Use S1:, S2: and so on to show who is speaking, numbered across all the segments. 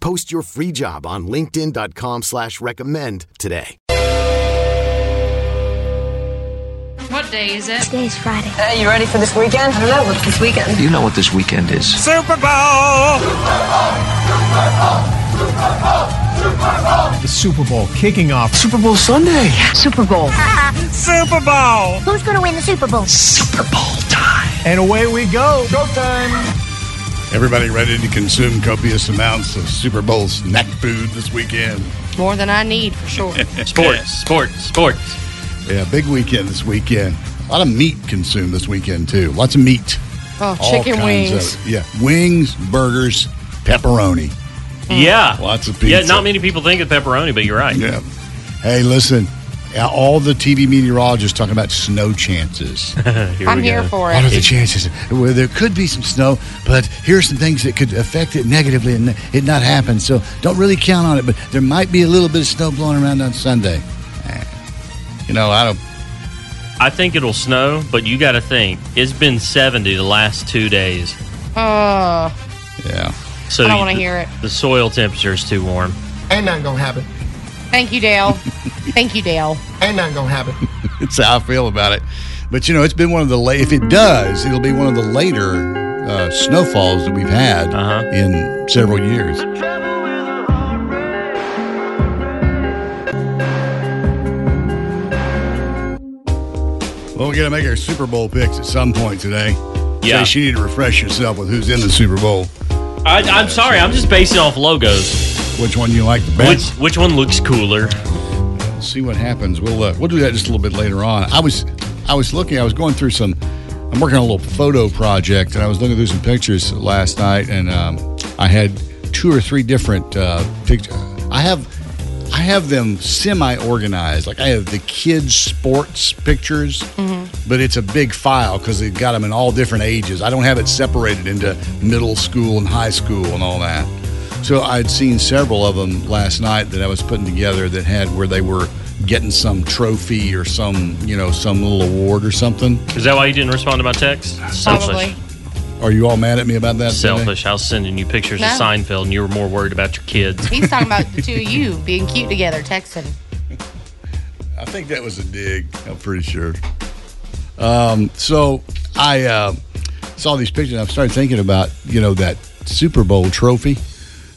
S1: Post your free job on linkedin.com slash recommend today.
S2: What day is it?
S3: Today's Friday.
S4: Are you ready for this weekend? I don't know what this weekend.
S5: You know what this weekend is.
S6: Super Bowl!
S7: The Super Bowl kicking off.
S5: Super Bowl Sunday.
S3: Super Bowl.
S6: Super Bowl!
S3: Who's going to win the Super Bowl?
S5: Super Bowl time.
S7: And away we go. Go time.
S8: Everybody ready to consume copious amounts of Super Bowl snack food this weekend.
S2: More than I need for sure.
S9: Sports, sports, sports.
S8: Yeah, big weekend this weekend. A lot of meat consumed this weekend too. Lots of meat.
S2: Oh,
S8: All
S2: chicken
S8: kinds
S2: wings.
S8: of it. yeah, wings, burgers, pepperoni.
S2: Mm.
S9: Yeah.
S8: Lots of
S9: Yeah,
S8: pizza.
S9: not many people think of pepperoni, but you're right.
S8: Yeah. Hey, listen. All the TV meteorologists talking about snow chances.
S9: Here
S2: I'm
S9: we
S2: here
S9: go.
S2: for
S8: What are the
S2: it.
S8: chances? Well, there could be some snow, but here's some things that could affect it negatively and it not happen. So don't really count on it, but there might be a little bit of snow blowing around on Sunday. Eh. You know, I don't.
S9: I think it'll snow, but you got to think it's been 70 the last two days.
S2: Uh,
S8: Yeah.
S9: So
S2: I don't
S9: you-
S2: wanna hear it.
S9: The soil temperature is too warm.
S10: Ain't nothing gonna happen.
S2: thank you, Dale. thank you, Dale.
S10: Ain't nothing gonna happen.
S8: That's how I feel about it. But, you know, it's been one of the late, if it does, it'll be one of the later uh, snowfalls that we've had
S9: Uh-huh.
S8: in several years. Well, we're going to make our Super Bowl picks at some point today.
S9: Yeah.
S8: Chase, you need to refresh yourself with who's in the Super Bowl.
S9: I, I'm sorry. I'm just basing off logos.
S8: Which one you like the
S9: Which
S8: best?
S9: which one looks cooler?
S8: See what happens. We'll uh, we'll do that just a little bit later on. I was I was looking. I was going through some. I'm working on a little photo project, and I was looking through some pictures last night, and um, I had two or three different uh, pictures. I have I have them semi organized. Like I have the kids' sports pictures, but it's a big file because they've got them in all different ages. I don't have it separated into middle school and high school and all that. So I'd seen several of them last night that I was putting together that had where they were getting some trophy or some, you know, some little award or something.
S9: Is that why you didn't respond to my text? Selfish.
S2: Probably.
S8: Are you all mad at me about that? today?
S9: Selfish. I was sending you pictures
S2: No.
S9: of Seinfeld, and you were more worried about your kids.
S2: He's talking about the two of you being cute together, texting.
S8: I think that was a dig. I'm pretty sure. Um, so I uh, saw these pictures. and I started thinking about you know that Super Bowl trophy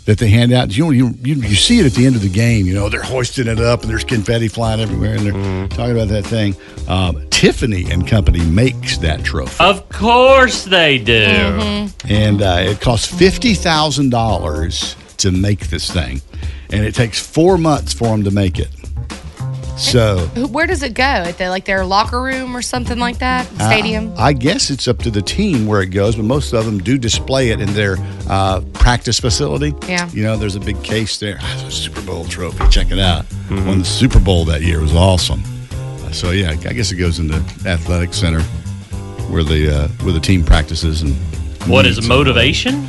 S8: that they hand out. You, you you you see it at the end of the game. You know they're hoisting it up and there's confetti flying everywhere and they're talking about that thing. Um, Tiffany and Company makes that trophy.
S9: Of course they do.
S2: Mm-hmm.
S8: and uh, it costs fifty thousand dollars to make this thing, and it takes four months for them to make it. So.
S2: Who- Where does it go? At the, like their locker room or something like that? Stadium?
S8: I guess it's up to the team where it goes, but most of them do display it in their uh, practice facility.
S2: Yeah.
S8: You know, there's a big case there. Ah, it's a Super Bowl trophy. Check it out.
S9: Mm-hmm.
S8: Won the Super Bowl that year. It was awesome. Uh, so yeah, I guess it goes in the athletic center where the uh, where the team practices and
S9: What is
S8: meets.
S9: motivation?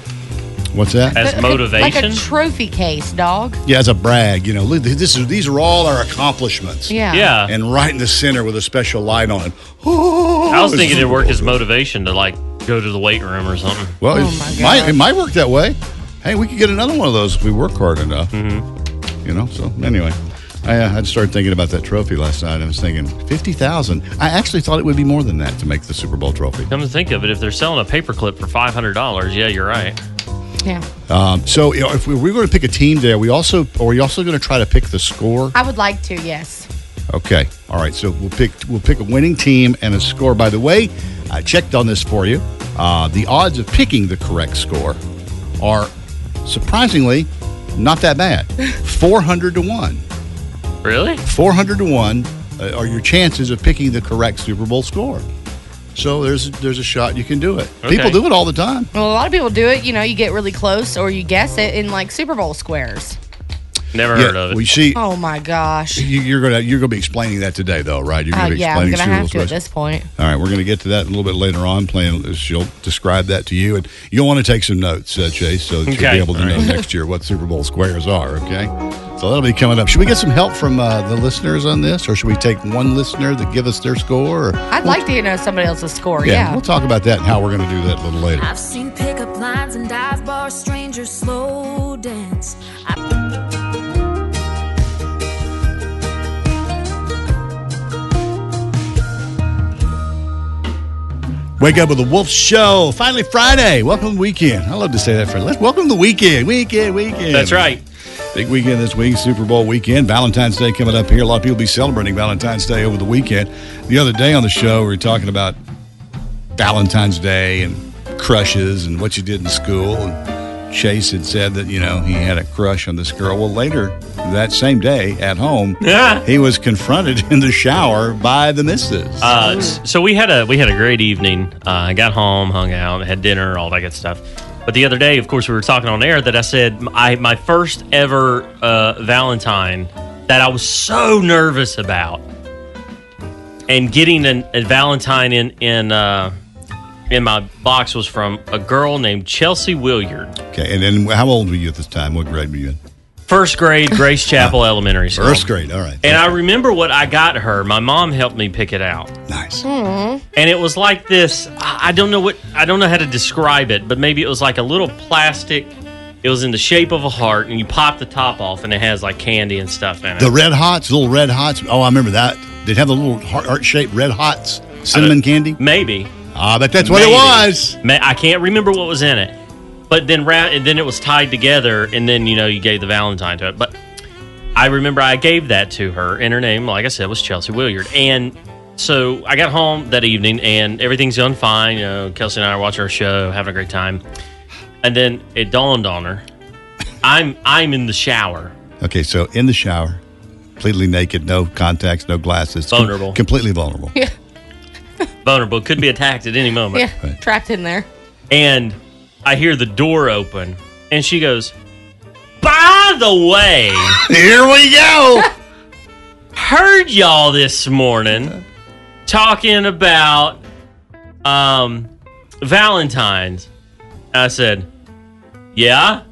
S8: What's that?
S9: As
S2: Like
S9: motivation?
S2: a trophy case, dog.
S8: yeah, as a brag. You know, look, this is these are all our accomplishments.
S2: Yeah.
S9: yeah.
S8: And right in the center with a special light on.
S9: I was thinking it'd work as motivation to like go to the weight room or something.
S8: Well,
S2: Oh,
S8: it,
S2: my
S8: might,
S2: God.
S8: it might work that way. Hey, we could get another one of those if we work hard enough.
S2: Mm-hmm.
S8: You know. So anyway, I, uh, I just started thinking about that trophy last night. I was thinking fifty thousand. I actually thought it would be more than that to make the Super Bowl trophy.
S9: Come to think of it, if they're selling a paperclip for five hundred dollars, yeah, you're right.
S2: Yeah.
S8: Um, so you know, if we, we're going to pick a team there, we also are we also going to try to pick the score?
S2: I would like to, yes.
S8: Okay. All right. So we'll pick we'll pick a winning team and a score. By the way, I checked on this for you. Uh, the odds of picking the correct score are surprisingly not that bad. Four hundred to one.
S9: Really?
S8: Four hundred to one uh, are your chances of picking the correct Super Bowl score. So there's there's a shot you can do it.
S9: Okay.
S8: People do it all the time.
S2: Well, a lot of people do it. You know, you get really close or you guess it in like Super Bowl squares.
S9: Never heard of it.
S8: Well, you see,
S2: Oh my gosh.
S8: you, you're gonna you're gonna be explaining that today, though, right? You're
S2: Uh,
S8: gonna be
S2: yeah, I'm
S8: explaining
S2: gonna
S8: Super Bowl
S2: have to at
S8: squares.
S2: this point.
S8: All right, we're going to get to that a little bit later on. Playing, she'll describe that to you, and you'll want to take some notes, uh, Chase, so that you'll
S9: Okay.
S8: be able to
S9: All
S8: know
S9: right.
S8: next year what Super Bowl squares are. Okay, so that'll be coming up. Should we get some help from uh, the listeners on this, or should we take one listener to give us their score? Or,
S2: I'd like to know somebody else's score.
S8: yeah,
S2: Yeah.
S8: we'll talk about that and how we're going to do that a little later.
S3: I've seen pickup lines and dive bar strangers slow dance.
S8: Wake up with the Wolf Show. Finally, Friday. Welcome to the weekend. I love to say that for let's welcome to the weekend. Weekend, weekend.
S9: That's right.
S8: Big weekend this week, Super Bowl weekend, Valentine's Day coming up here. A lot of people be celebrating Valentine's Day over the weekend. The other day on the show, we were talking about Valentine's Day and crushes and what you did in school. And Chase had said that, you know, he had a crush on this girl. Well, later that same day at home,
S9: Yeah.
S8: he was confronted in the shower by the missus.
S9: Uh, s- so we had a we had a great evening. Uh, I got home, hung out, had dinner, all that good stuff. But the other day, of course, we were talking on air that I said I my first ever uh, Valentine that I was so nervous about, and getting an, a Valentine in in uh, in my box was from a girl named Chelsea Williard,
S8: okay, and then how old were you at this time? What grade were you in?
S9: first grade Grace Chapel Elementary School.
S8: First grade. All right.
S9: And I remember what I got her. My mom helped me pick it out.
S8: Nice.
S9: and it was like this i I don't know what i don't know how to describe it but maybe it was like a little plastic it was in the shape of a heart and you pop the top off and it has like candy and stuff in it
S8: The red hots, little red hots. Oh, I remember that. They'd have the little heart shaped red hots, cinnamon candy.
S9: maybe
S8: Ah, but that's what it
S9: Maybe.
S8: was.
S9: Ma- i can't remember what was in it but then ra- and then it was tied together and then you know you gave the valentine to it but i remember i gave that to her and her name like i said was chelsea williard and so i got home that evening and everything's going fine you know kelsey and i are watching our show having a great time and then it dawned on her i'm i'm in the shower
S8: Okay, so in the shower, completely naked, no contacts, no glasses. com-
S9: Vulnerable.
S8: completely vulnerable.
S9: vulnerable could be attacked at any moment
S2: Yeah. Trapped in there.
S9: and i hear the door open and she goes by the way
S8: Here we go.
S9: heard y'all this morning talking about um Valentine's. I said, "Yeah."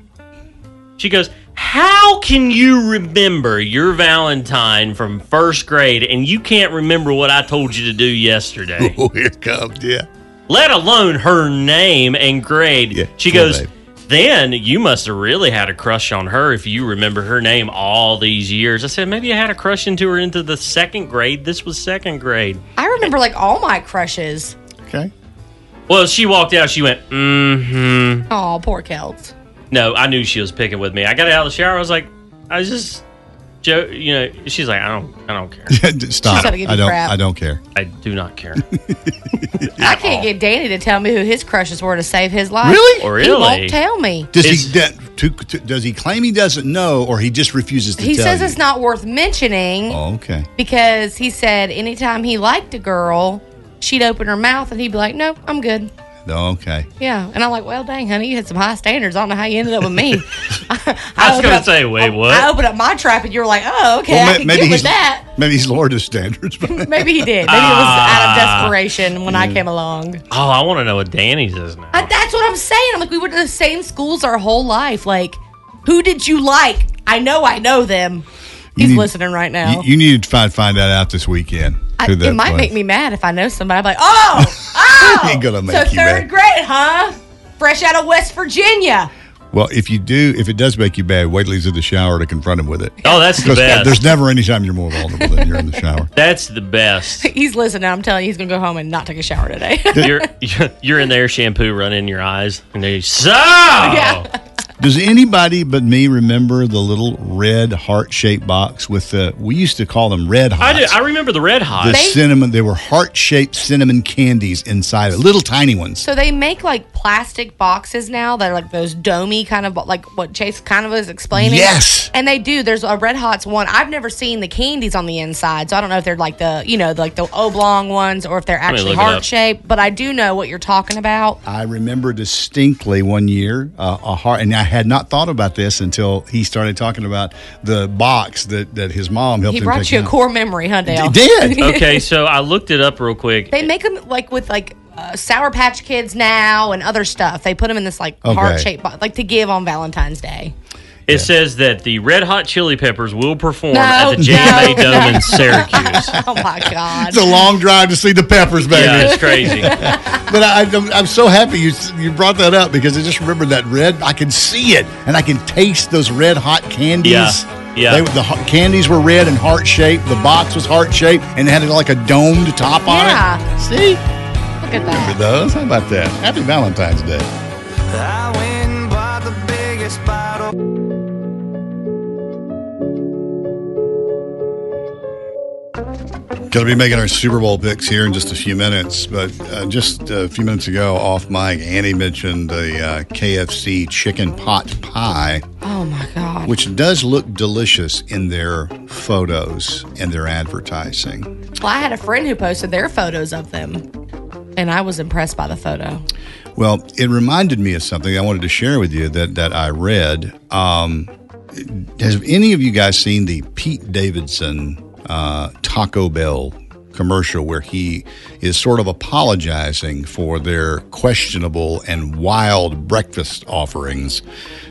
S9: She goes, "How can you remember your Valentine from first grade and you can't remember what I told you to do yesterday?
S8: oh, here it comes. Yeah.
S9: Let alone her name and grade."
S8: Yeah,
S9: she
S8: poor
S9: goes,
S8: babe.
S9: "Then you must have really had a crush on her if you remember her name all these years." I said, "Maybe I had a crush into her into the second grade. This was second grade."
S2: I remember like all my crushes.
S8: Okay.
S9: Well, she walked out. She went, mm-hmm.
S2: Oh, poor Kels.
S9: No, I knew she was picking with me. I got out of the shower. I was like, I was just, Joe, you know. She's like, I don't, I don't care.
S8: Stop.
S2: gotta give
S8: I
S2: you
S8: don't.
S2: crap.
S8: I don't care.
S9: I do not care.
S2: I can't get Danny to tell me who his crushes were to save his life.
S8: Really?
S9: Or
S2: He
S9: really?
S2: won't tell me.
S8: Does
S9: It's-
S8: he that, to, to, does he claim he doesn't know, or he just refuses to
S2: He
S8: tell
S2: says
S8: you?
S2: it's not worth mentioning
S8: Oh, okay.
S2: because he said anytime he liked a girl, she'd open her mouth and he'd be like, "Nope, I'm good."
S8: No, okay.
S2: Yeah, and I'm like, well, dang, honey, you had some high standards. I don't know how you ended up with me. I,
S9: I was
S2: opened
S9: gonna
S2: up-
S9: say, wait,
S2: I-
S9: what?
S2: I opened up my trap, and you were like, oh, okay,
S8: Well,
S2: I
S8: ma-
S2: can
S8: maybe
S2: get
S8: he's
S2: with that.
S8: maybe he's lowered his standards. but-
S2: Maybe he did. Maybe it was out of desperation when I came along.
S9: Oh, I want to know what Danny's is now.
S2: I, Uh, that's what I'm saying. I'm like, we went to the same schools our whole life. Like, who did you like? I know, I know them. He's
S8: need-
S2: listening right now.
S8: You, you need to find find that out this weekend.
S2: I,
S8: who that
S2: it might
S8: was.
S2: make me mad if I know somebody. I'm like, oh, oh,
S8: Ain't gonna make
S2: so
S8: you
S2: third
S8: mad.
S2: grade, huh? Fresh out of West Virginia.
S8: Well, if you do, if it does make you bad, wait till he's in the shower to confront him with it.
S9: oh, that's the
S8: Because
S9: best.
S8: there's never any time you're more vulnerable than you're in the shower.
S9: That's the best.
S2: He's listening. I'm telling you, he's gonna go home and not take a shower today.
S9: You're you're in there, shampoo running in your eyes, and they so
S8: Does anybody but me remember the little red heart shaped box with the? We used to call them red
S9: I,
S8: hot.
S9: do, I remember the red hot.
S8: The cinnamon. They were heart shaped cinnamon candies inside, it, little tiny ones.
S2: So they make like plastic boxes now that are like those domey kind of bo- like what Chase kind of was explaining.
S8: Yes.
S2: And they do. There's a Red Hots one. I've never seen the candies on the inside, so I don't know if they're like the you know like the oblong ones or if they're
S8: me
S2: actually
S8: look it up.
S2: heart shaped. But I do know what you're talking about.
S8: I remember distinctly one year uh, a heart, and I had not thought about this until he started talking about the box that, that his mom helped
S2: He
S8: him
S2: brought
S8: pick
S2: you a
S8: out.
S2: core memory, huh, Dale?
S9: okay, so I looked it up real quick.
S2: They make them like with like uh, Sour Patch Kids now and other stuff. They put them in this like
S9: Okay.
S2: heart shaped box, like to give on Valentine's Day.
S9: It says that the Red Hot Chili Peppers will perform
S2: No,
S9: at the JMA
S2: no,
S9: Dome
S2: no.
S9: in Syracuse.
S2: oh my god!
S8: It's a long drive to see the Peppers, baby.
S9: Yeah, it's crazy.
S8: but I, I'm, I'm so happy you you brought that up because I just remembered that red. I can see it, and I can taste those red hot candies.
S9: Yeah, yeah.
S8: They, the hot- candies were red and heart shaped. The box was heart shaped, and it had like a domed top on it.
S2: Yeah.
S8: See?
S2: Look at that.
S8: Remember those? How about that? Happy Valentine's Day. Going to be making our Super Bowl picks here in just a few minutes, but uh, just a few minutes ago, off mic, Annie mentioned the uh, KFC chicken pot pie,
S2: Oh my god!
S8: which does look delicious in their photos and their advertising.
S2: Well, I had a friend who posted their photos of them, and I was impressed by the photo.
S8: Well, it reminded me of something I wanted to share with you that that I read. Um, has any of you guys seen the Pete Davidson uh, Taco Bell commercial where he is sort of apologizing for their questionable and wild breakfast offerings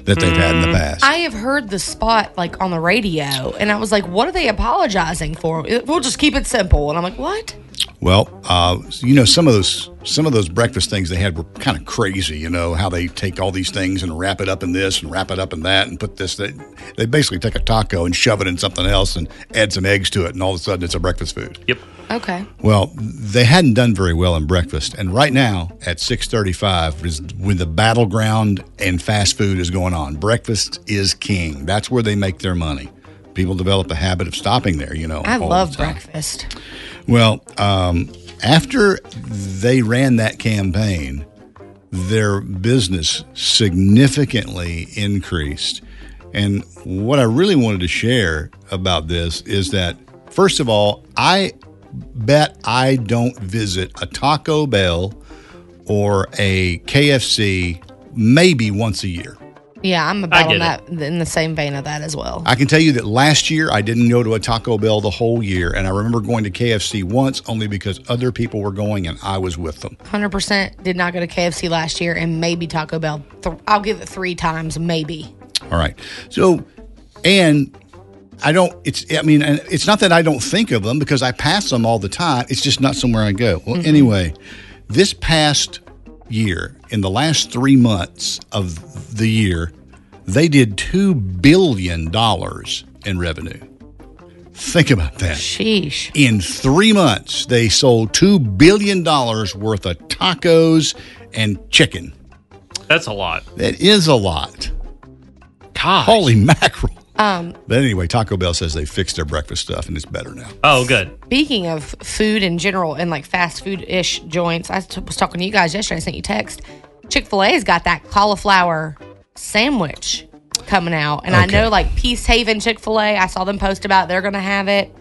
S8: that they've had in the past?
S2: I have heard the spot like on the radio, and I was like, "What are they apologizing for?" It- We'll just keep it simple, and I'm like, "What?"
S8: Well, uh, you know some of those some of those breakfast things they had were kind of crazy. You know how they take all these things and wrap it up in this and wrap it up in that and put this. They, they basically take a taco and shove it in something else and add some eggs to it, and all of a sudden it's a breakfast food.
S9: Yep.
S2: Okay.
S8: Well, they hadn't done very well in breakfast, and right now at six thirty-five is when the battleground and fast food is going on. Breakfast is king. That's where they make their money. People develop a habit of stopping there. You know,
S2: I
S8: all the
S2: love
S8: time.
S2: breakfast.
S8: Well, um, after they ran that campaign, their business significantly increased. And what I really wanted to share about this is that, first of all, I bet I don't visit a Taco Bell or a KFC maybe once a year.
S2: Yeah, I'm about
S8: get
S2: on that in the same vein of that as well.
S8: I can tell you that last year I didn't go to a Taco Bell the whole year, and I remember going to KFC once only because other people were going and I was with them.
S2: Hundred percent did not go to KFC last year, and maybe Taco Bell. Th- I'll give it three times, maybe.
S8: All right. So, and I don't, it's, I mean, and it's not that I don't think of them because I pass them all the time. It's just not somewhere I go. Well, anyway, this past year, in the last three months of the year, they did $2 billion in revenue. Think about that.
S2: Sheesh.
S8: In three months, they sold $2 billion worth of tacos and chicken.
S9: That's a lot.
S8: That is a lot.
S9: Gosh.
S8: Holy mackerel.
S2: Um,
S8: But anyway, Taco Bell says they fixed their breakfast stuff and it's better now.
S9: Oh, good.
S2: Speaking of food in general and like fast food ish joints, I t- was talking to you guys yesterday. I sent you a text. Chick fil A's got that cauliflower sandwich coming out. And I
S8: Okay.
S2: know like Peace Haven Chick fil A, I saw them post about they're going to have it.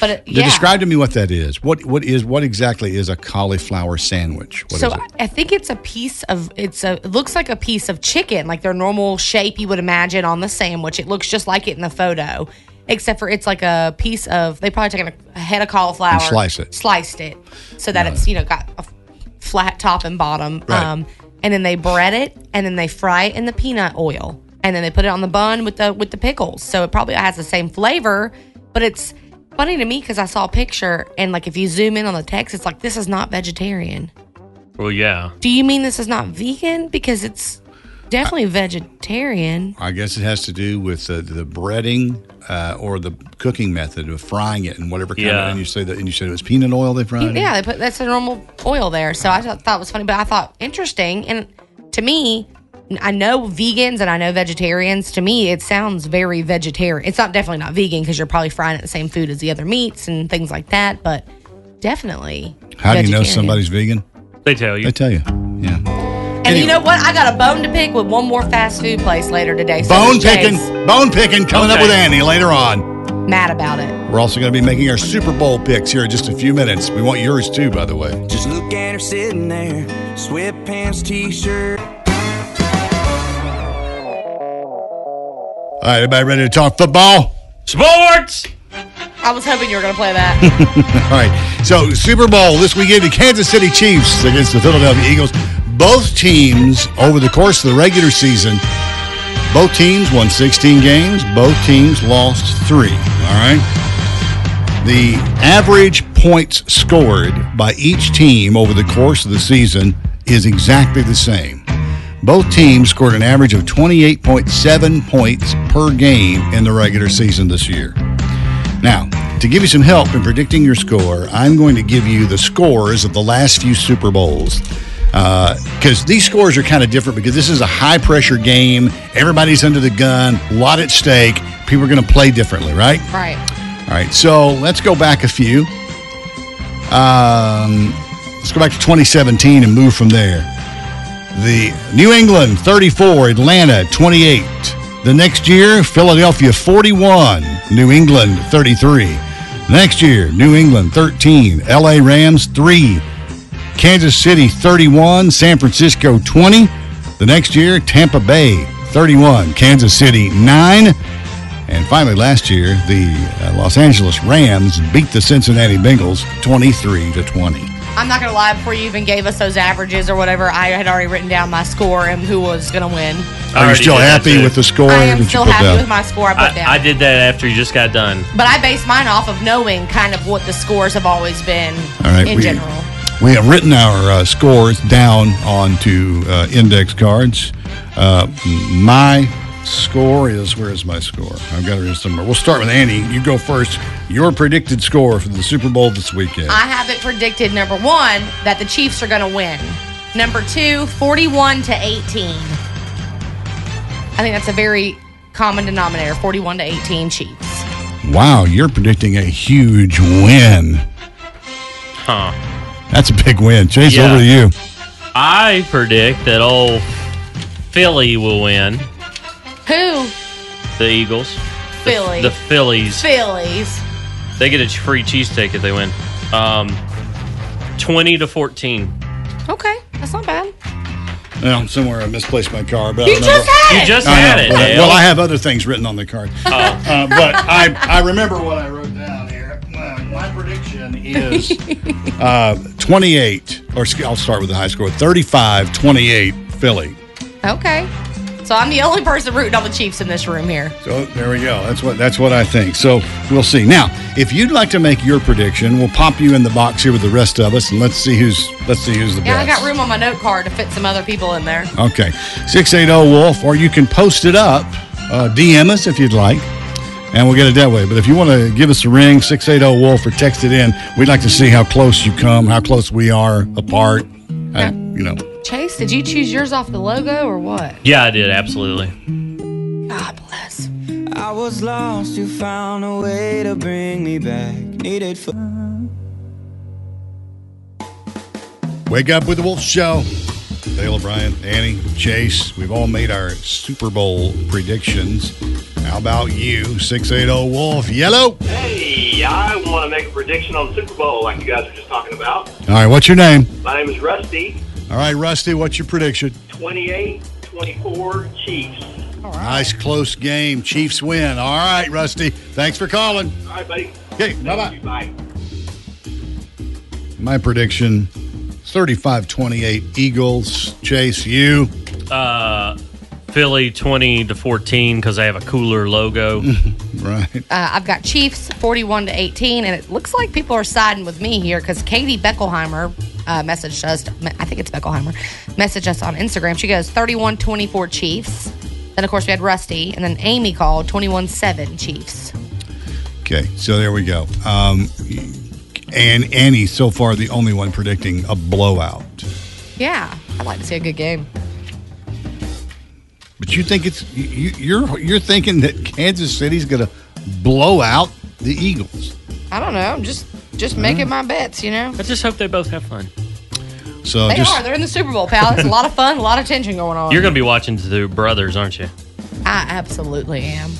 S2: But it,
S8: Now,
S2: yeah.
S8: Describe to me what that is. What what is what exactly is a cauliflower sandwich? What is
S2: so
S8: it?
S2: I- I think it's a piece of it's a it looks like a piece of chicken, like their normal shape you would imagine on the sandwich. It looks just like it in the photo, except for it's like a piece of they probably taken a, a head of cauliflower,
S8: And slice it.
S2: sliced it, so that it's you know got a f- flat top and bottom. Um,
S8: Right.
S2: and then they bread it, and then they fry it in the peanut oil, and then they put it on the bun with the with the pickles. So it probably has the same flavor, but it's. Funny to me because I saw a picture and like if you zoom in on the text, it's like this is not vegetarian.
S9: Well, yeah.
S2: Do you mean this is not vegan? Because it's definitely vegetarian.
S8: I guess it has to do with the, the breading uh, or the cooking method of frying it and whatever kind
S9: Yeah.
S8: of. And you say that, and you said it was peanut oil they fried. it in?
S2: Yeah, they put that's a normal oil there. So I thought, thought it was funny, but I thought interesting. And to me, I know vegans and I know vegetarians. To me, it sounds very vegetarian. It's not definitely not vegan because you're probably frying it the same food as the other meats and things like that, but definitely.
S8: How do you know
S2: vegetarian.
S8: somebody's vegan?
S9: They tell you.
S8: They tell you. Yeah.
S2: And you know what? I got a bone to pick with one more fast food place later today. So
S8: Bone
S2: Jay's
S8: picking. Bone picking coming up
S9: Okay.
S8: with Annie later on.
S2: Mad about it.
S8: We're also going to be making our Super Bowl picks here in just a few minutes. We want yours too, by the way.
S11: Just look at her sitting there, sweatpants, t-shirt.
S8: All right, everybody ready to talk football?
S9: Sports!
S2: I was hoping you were going to play that.
S8: All right. So, Super Bowl this weekend, the Kansas City Chiefs against the Philadelphia Eagles. Both teams, over the course of the regular season, both teams won 16 games, both teams lost three. All right. The average points scored by each team over the course of the season is exactly the same. Both teams scored an average of 28.7 points per game in the regular season this year. Now, to give you some help in predicting your score, I'm going to give you the scores of the last few Super Bowls. Because these scores are kind of different because this is a high pressure game. Everybody's under the gun, a lot at stake. People are going to play differently, right?
S2: Right.
S8: All right, so let's go back a few. Um, let's go back to 2017 and move from there. The New England 34, Atlanta 28. The next year, Philadelphia 41, New England 33. Next year, New England 13, LA Rams 3, Kansas City 31, San Francisco 20. The next year, Tampa Bay 31, Kansas City 9. And finally, last year, the uh, Los Angeles Rams beat the Cincinnati Bengals 23 to 20.
S2: I'm not going to lie, before you even gave us those averages or whatever, I had already written down my score and who was going to win.
S8: Are you
S9: already
S8: still
S9: did that,
S8: happy
S9: too.
S8: with the score?
S2: I am
S8: that you
S2: still
S8: put
S2: happy
S8: down?
S2: with my score I put down.
S9: I, I did that after you just got done.
S2: but I base mine off of knowing kind of what the scores have always been
S8: All right,
S2: in
S8: we-
S2: general.
S8: We have written our uh, scores down onto uh, index cards. Uh, my score is where is my score? I've got it here somewhere. We'll start with Annie. You go first. Your predicted score for the Super Bowl this weekend.
S2: I have it predicted number one, that the Chiefs are going to win. Number two, 41 to 18. I think that's a very common denominator 41 to 18 Chiefs.
S8: Wow, you're predicting a huge win.
S9: Huh.
S8: That's a big win. Chase,
S9: Yeah.
S8: over to you.
S9: I predict that old Philly will win.
S2: Who?
S9: The Eagles. The-
S2: Philly.
S9: The, Phillies.
S2: Phillies.
S9: They get a free cheesesteak if they win. Um, 20 to 14.
S2: Okay, that's not bad.
S8: Well, somewhere I misplaced my card, but
S2: You
S8: I don't
S2: just
S8: know.
S2: had
S9: You
S2: it.
S9: just
S8: I
S9: had
S8: know,
S9: it.
S8: but I-
S9: Dale. Oh.
S8: well, I have other things written on the card, uh, but I, I remember what I wrote down here. Uh, My prediction is uh, 28, or sc- I'll start with the high score 35 28 Philly.
S2: Okay. So I'm the only person rooting on the Chiefs in this room here.
S8: So there we go. That's what that's what I think. So we'll see. Now, if you'd like to make your prediction, we'll pop you in the box here with the rest of us, and let's see who's let's see who's the
S2: Yeah, I
S8: best.
S2: got room on my note card to fit some other people in there.
S8: Okay. 680 Wolf, or you can post it up, uh, DM us if you'd like, and we'll get it that way. But if you want to give us a ring, 680 Wolf, or text it in, we'd like to see how close you come, how close we are apart. Uh, you know,
S2: Chase, did you choose yours off the logo or what?
S9: Yeah, I did. Absolutely.
S2: God bless.
S11: I was lost, you found a way to bring me back. Needed for
S8: wake up with the Wolf Show. Dale O'Brien, Annie, Chase, we've all made our Super Bowl predictions. How about you, 680 Wolf? Yellow. All
S12: Hey, I want to make a prediction on the Super Bowl, like you guys were just talking about.
S8: right, what's your name?
S12: My name is Rusty,
S8: All right, Rusty, what's your prediction?
S12: 28 24 Chiefs.
S8: Nice close game. Chiefs win. All right, Rusty. Thanks for calling.
S12: All right, buddy.
S8: Okay, bye-bye.
S12: Bye.
S8: My prediction 35 28 Eagles. Chase, you.
S9: Uh, Philly 20 to 14 because I have a cooler logo.
S8: right.
S2: Uh, I've got Chiefs 41 to 18, and it looks like people are siding with me here because Katie Beckelheimer uh, messaged us. I think it's Beckelheimer messaged us on Instagram. She goes 31 24 Chiefs. Then of course we had Rusty, and then Amy called 21 7 Chiefs.
S8: Okay, so there we go. Um, and Annie, so far, the only one predicting a blowout.
S2: Yeah, I'd like to see a good game.
S8: But you think it's you- you, you're you're thinking that Kansas City's going to blow out the Eagles.
S2: I don't know. I'm just just making my bets, you know.
S9: I just hope they both have fun.
S8: So
S2: they
S9: just-
S2: are. They're in the Super Bowl, pal. It's a lot of fun, a lot of tension going on.
S9: You're going to be watching the two brothers, aren't you?
S2: I absolutely am.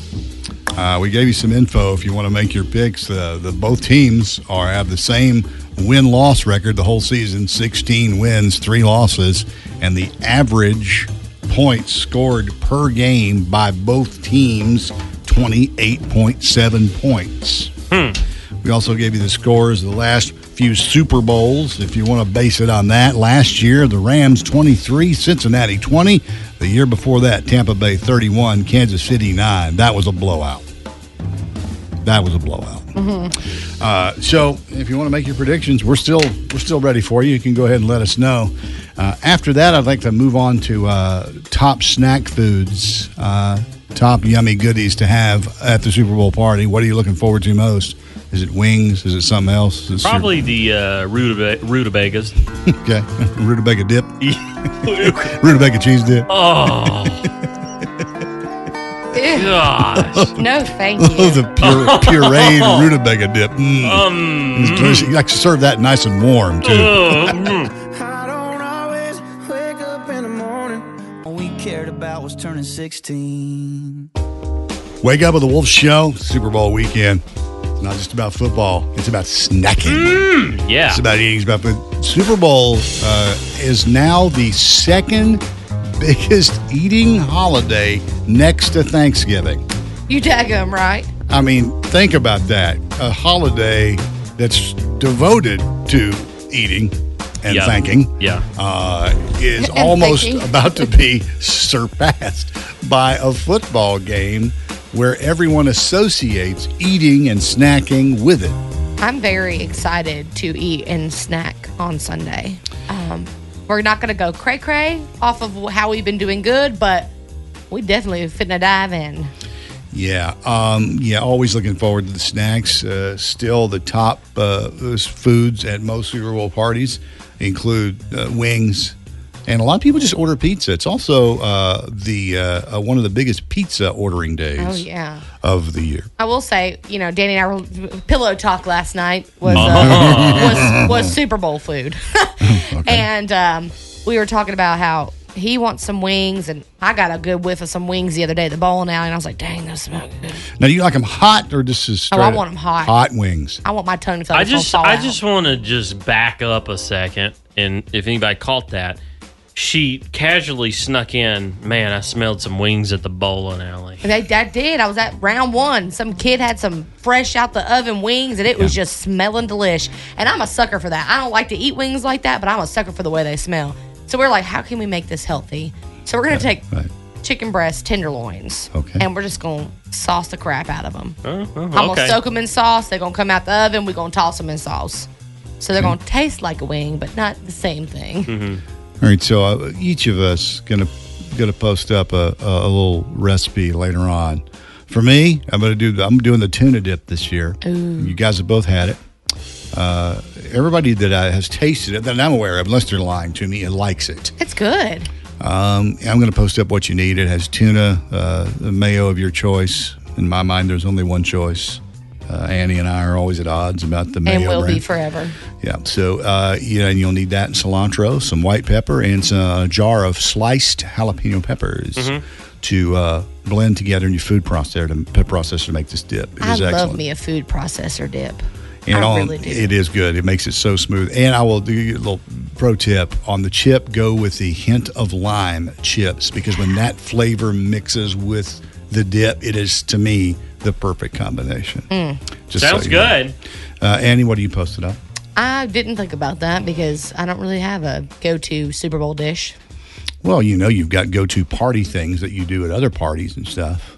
S8: Uh, we gave you some info if you want to make your picks. Uh, the both teams are have the same win loss record the whole season: sixteen wins, three losses, and the average points scored per game by both teams twenty eight point seven points. We also gave you the scores of the last few Super Bowls. If you want to base it on that, last year the Rams 23, Cincinnati 20. The year before that, Tampa Bay 31, Kansas City 9. That was a blowout. That was a blowout. Uh, so, if you want to make your predictions, we're still we're still ready for you. You can go ahead and let us know. Uh, after that, I'd like to move on to uh, top snack foods, uh, top yummy goodies to have at the Super Bowl party. What are you looking forward to most? Is it wings? Is it something else? Is it
S9: Probably the uh, rutabaga- rutabagas.
S8: okay, rutabaga dip, rutabaga cheese dip.
S9: Oh,
S2: Ew.
S8: Gosh.
S2: No, thank
S8: Oh,
S2: you.
S8: the pure, pureed rutabaga dip. Mm. It's delicious. You like to serve that nice and warm too.
S9: Oh, mm,
S11: All we cared about was turning 16.
S8: Wake up with the Wolf Show, Super Bowl weekend. It's not just about football, it's about snacking.
S9: yeah.
S8: It's about eating, it's about food. Super Bowl uh, is now the second biggest eating holiday next to Thanksgiving.
S2: You daggum, right?
S8: I mean, think about that. A holiday that's devoted to eating and
S9: Yeah.
S8: thanking
S9: Yeah.
S8: uh, is
S9: And
S8: almost
S9: thinking.
S8: about to be surpassed by a football game where everyone associates eating and snacking with it.
S2: I'm very excited to eat and snack on Sunday. Um, we're not going to go cray cray off of wh- how we've been doing good, but we definitely finna dive in.
S8: Yeah, um, yeah. Always looking forward to the snacks. Uh, still, the top uh, foods at most Super Bowl parties include uh, wings, and a lot of people just order pizza. It's also uh, the uh, uh, one of the biggest pizza ordering days
S2: Oh, yeah.
S8: of the year.
S2: I will say, you know, Danny and I were pillow talk last night was
S8: Oh.
S2: uh, was, was Super Bowl food, and um, we were talking about how he wants some wings, and I got a good whiff of some wings the other day at the bowling alley, and I was like, dang, those smoke good.
S8: Now, do you like them hot or just as
S2: Oh, I
S8: straight
S2: want 'em hot.
S8: Hot wings.
S2: I want my tongue to feel
S9: I
S2: it's gonna
S9: just,
S2: fall
S9: I
S2: out.
S9: just want to just back up a second, and if anybody caught that, she casually snuck in. Man, I smelled some wings at the bowling alley.
S2: They, that did. I was at round one. Some kid had some fresh out the oven wings, and it was just smelling delish. And I'm a sucker for that. I don't like to eat wings like that, but I'm a sucker for the way they smell. So we're like, how can we make this healthy? So we're gonna take chicken breast tenderloins, okay, and we're just gonna sauce the crap out of them. I'm
S9: Oh,
S2: gonna soak them in sauce. They're gonna come out the oven. We're gonna toss them in sauce. So
S8: Mm-hmm.
S2: they're gonna taste like a wing, but not the same thing.
S8: All right, so uh, each of us gonna gonna post up a, a, a little recipe later on. For me, I'm gonna do I'm doing the tuna dip this year. You guys have both had it. Uh, everybody that I, has tasted it that I'm aware of, unless they're lying to me, it likes it.
S2: It's good.
S8: Um, I'm going to post up what you need. It has tuna, uh, the mayo of your choice. In my mind, there's only one choice. Uh, Annie and I are always at odds about the mayo.
S2: and will be
S8: brand.
S2: forever.
S8: Yeah. So, uh, you know, and you'll need that and cilantro, some white pepper, and s- a jar of sliced jalapeno peppers
S9: Mm-hmm.
S8: to uh, blend together in your food processor to, pe- processor to make this dip. It is
S2: I love
S8: excellent.
S2: me a food processor dip.
S8: And
S2: I
S8: on-
S2: really do.
S8: It is good. It makes it so smooth. And I will do you a little pro tip on the chip. Go with the hint of lime chips because when that flavor mixes with the dip, it is to me the perfect combination.
S2: Mm.
S8: Just so
S9: Sounds
S8: you know.
S9: good.
S8: Uh, Annie, what do you posted up?
S2: I didn't think about that because I don't really have a go-to Super Bowl dish.
S8: Well, you know, you've got go to party things that you do at other parties and stuff.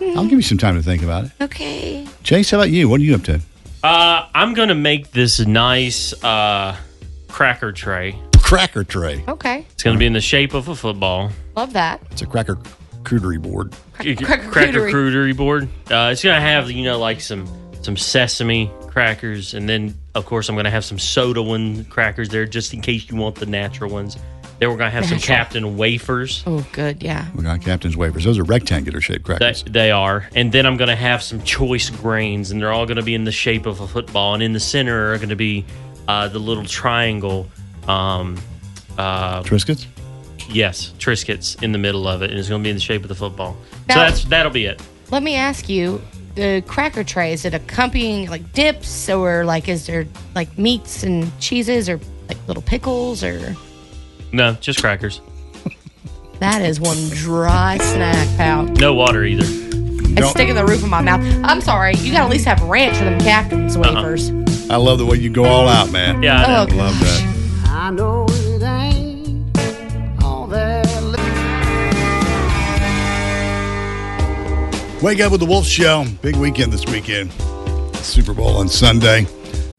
S8: I'll give you some time to think about it.
S2: Okay.
S8: Chase, how about you? What are you up to?
S9: Uh, I'm gonna make this nice uh, cracker tray.
S8: Cracker tray.
S2: Okay.
S9: It's gonna be in the shape of a football.
S2: Love that.
S8: It's a cracker crudery board.
S9: cracker, crudery board. Uh, it's gonna have you know like some some sesame crackers, and then of course I'm gonna have some soda one crackers there just in case you want the natural ones. Then we're gonna have some
S2: Natural.
S9: Captain wafers.
S2: Oh, good. Yeah.
S8: We got Captain's Wafers. Those are rectangular shaped
S9: They,
S8: crackers.
S9: they are, and then I'm gonna have some choice grains, and they're all gonna be in the shape of a football, and in the center are gonna be uh, the little triangle. Um, uh,
S8: Triscuits?
S9: Yes, Triscuits in the middle of it, and it's going to be in the shape of the football.
S2: Now-
S9: so that's that'll be it.
S2: Let me ask you: the cracker tray is it accompanying like dips, or like is there like meats and cheeses, or like little pickles, or
S9: No, just crackers.
S2: that is one dry snack, pal.
S9: No water either.
S2: It's sticking the roof of my mouth. I'm sorry. You gotta at least have ranch for them captain's wafers.
S8: I love the way you go all out, man.
S9: Yeah,
S2: I know. Oh,
S8: love that.
S13: I know it ain't all that.
S8: Wake up with the Wolf Show. Big weekend this weekend. Super Bowl on Sunday.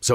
S1: So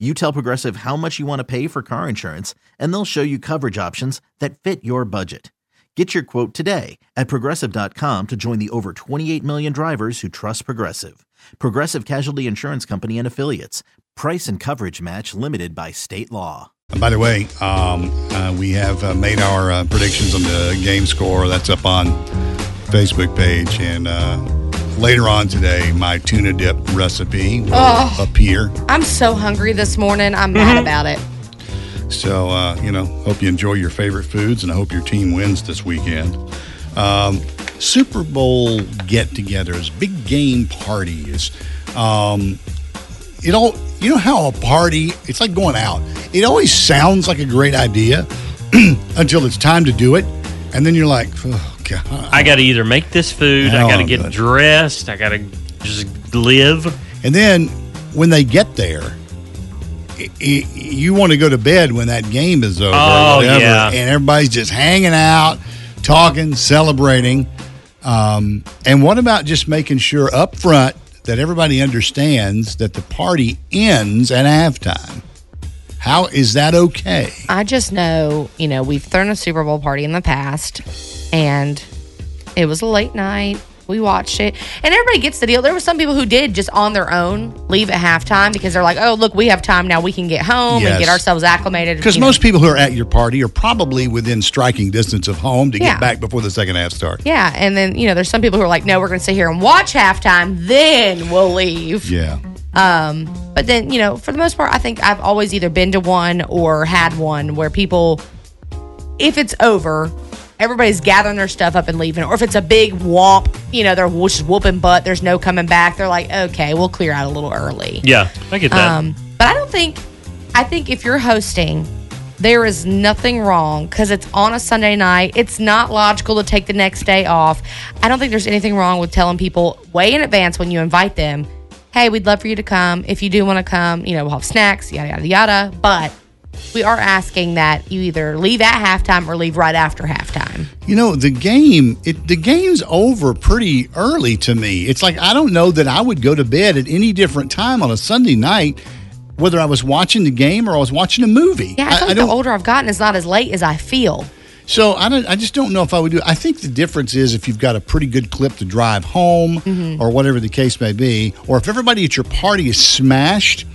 S14: You tell Progressive how much you want to pay for car insurance, and they'll show you coverage options that fit your budget. Get your quote today at progressive.com to join the over 28 million drivers who trust Progressive. Progressive Casualty Insurance Company and Affiliates. Price and coverage match limited by state law.
S8: And by the way, um, uh, we have uh, made our uh, predictions on the game score. That's up on Facebook page. And uh, later on today, my tuna dip recipe will
S2: Oh.
S8: appear.
S2: I'm so hungry this morning. I'm mad about it.
S8: So, uh, you know, hope you enjoy your favorite foods and I hope your team wins this weekend. Um, Super Bowl get togethers, big game parties. Um, it all, you know how a party, it's like going out. It always sounds like a great idea until it's time to do it. And then you're like, oh, God.
S9: I got to either make this food,
S8: Oh,
S9: I got to get
S8: good.
S9: dressed, I got to just live.
S8: And then when they get there, i i you want to go to bed when that game is over. or
S9: Oh, yeah.
S8: And everybody's just hanging out, talking, celebrating. Um, and what about just making sure up front that everybody understands that the party ends at halftime? How is that okay?
S2: I just know, you know, we've thrown a Super Bowl party in the past and it was a late night. We watched it and everybody gets the deal. There were some people who did just on their own leave at halftime because they're like, oh, look, we have time now. We can get home and get
S8: Yes.
S2: ourselves acclimated.
S8: Because
S2: you know.
S8: most people who are at your party are probably within striking distance of home to
S2: Yeah.
S8: get back before the second half starts.
S2: Yeah. And then, you know, there's some people who are like, no, we're going to sit here and watch halftime, then we'll leave.
S8: Yeah.
S2: Um, but then, you know, for the most part, I think I've always either been to one or had one where people, if it's over, everybody's gathering their stuff up and leaving. Or if it's a big womp, you know, they're whoo- just whooping butt, there's no coming back. They're like, okay, we'll clear out a little early.
S9: Yeah, I get that.
S2: Um, but I don't think, I think if you're hosting, there is nothing wrong because it's on a Sunday night. It's not logical to take the next day off. I don't think there's anything wrong with telling people way in advance when you invite them, hey, we'd love for you to come. If you do want to come, you know, we'll have snacks, yada, yada, yada. But we are asking that you either leave at halftime or leave right after halftime.
S8: You know, the game, it, the game's over pretty early to me. It's like I don't know that I would go to bed at any different time on a Sunday night, whether I was watching the game or I was watching a movie.
S2: Yeah, I feel like the older I've gotten, it's not as late as I feel.
S8: So I don't. I just don't know if I would do. it. I think the difference is if you've got a pretty good clip to drive home, or whatever the case may be, or if everybody at your party is smashed,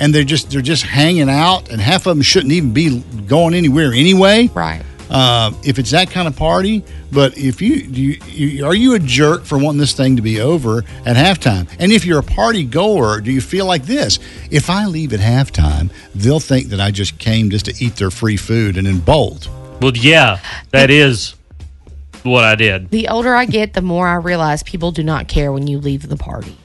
S8: and they're just they're just hanging out, and half of them shouldn't even be going anywhere anyway.
S2: Right.
S8: Uh, if it's that kind of party, but if you, do you, you are you a jerk for wanting this thing to be over at halftime? And if you're a party goer, do you feel like this? If I leave at halftime, they'll think that I just came just to eat their free food and then bolt.
S9: Well, yeah, that is what I did.
S2: The older I get, the more I realize people do not care when you leave the party.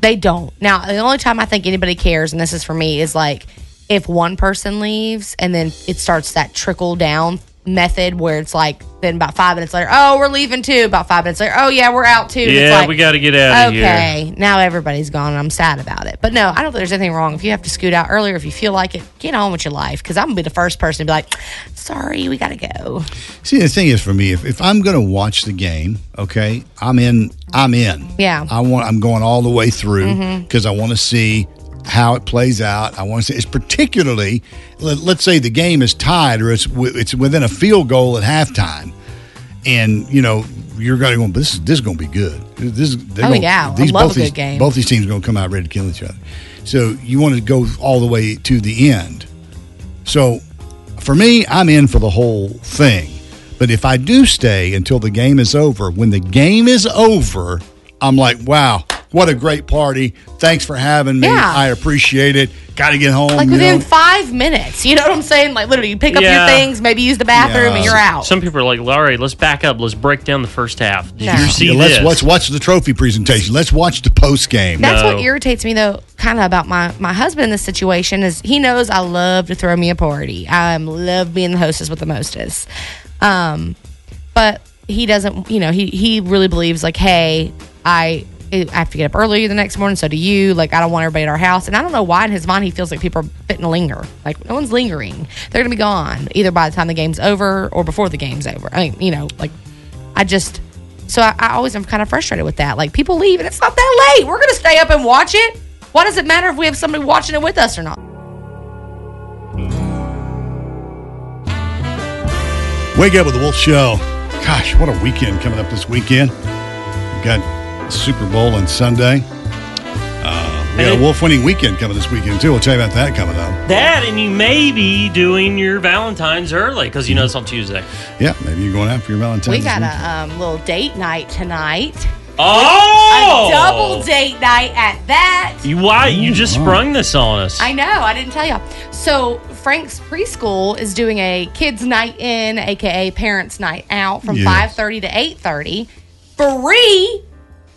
S2: They don't. Now, the only time I think anybody cares, and this is for me, is like if one person leaves and then it starts that trickle down method where it's like, then about five minutes later, oh, we're leaving too. About five minutes later, oh, yeah, we're out too. And it's
S9: Yeah,
S2: like,
S9: we got to get out of here.
S2: Okay, now everybody's gone and I'm sad about it. But no, I don't think there's anything wrong. If you have to scoot out earlier, if you feel like it, get on with your life because I'm going to be the first person to be like, sorry, we got to go.
S8: See, the thing is for me, if, if I'm going to watch the game, okay, I'm in. I'm in.
S2: Yeah.
S8: I want. I'm going all the way through
S2: Mhm.
S8: because I want to see how it plays out. I want to see. It's particularly, let, let's say the game is tied or it's wi- it's within a field goal at halftime, and you know you're going to go. This this is going to be good. This is- they're
S2: Oh,
S8: gonna,
S2: yeah. I love
S8: both
S2: a good
S8: these,
S2: game.
S8: Both these teams are going to come out ready to kill each other. So you want to go all the way to the end. So for me, I'm in for the whole thing. But if I do stay until the game is over, when the game is over, I'm like, wow, what a great party. Thanks for having me.
S2: Yeah.
S8: I appreciate it. Got to get home.
S2: Like
S8: you
S2: within
S8: know?
S2: five minutes. You know what I'm saying? Like literally, you pick up
S9: Yeah.
S2: your things, maybe use the bathroom, and you're out.
S9: Some people are like, all right, let's back up. Let's break down the first half. Did
S2: Yeah.
S9: you see
S8: Yeah, let's,
S9: this?
S8: let's watch the trophy presentation. Let's watch the post game.
S2: That's what irritates me though, kind of about my my husband in this situation is he knows I love to throw me a party. I um, love being the hostess with the mostest. Um, but he doesn't, you know, he he really believes like, hey, I. I have to get up early the next morning. So do you. Like I don't want everybody at our house, and I don't know why in his mind he feels like people are fitting to linger. Like no one's lingering. They're gonna be gone either by the time the game's over or before the game's over. I mean, you know, like I just so I, I always am kind of frustrated with that. Like people leave and it's not that late. We're gonna stay up and watch it. Why does it matter if we have somebody watching it with us or not?
S8: Wake up with the Wolf Show. Gosh, what a weekend coming up this weekend. We've got Super Bowl on Sunday. Uh, we got a Wolf winning weekend coming this weekend, too. We'll tell you about that coming up.
S9: That and you may be doing your Valentine's early because you know it's on Tuesday.
S8: Yeah, maybe you're going out for your Valentine's.
S2: we got
S8: weekend.
S2: a um, little date night tonight.
S9: Oh!
S2: a double date night at that.
S9: You, why? You just sprung this on us.
S2: I know. I didn't tell you. So Frank's preschool is doing a kids' night in, aka parents' night out, from
S9: Yes.
S2: five thirty to eight thirty, free.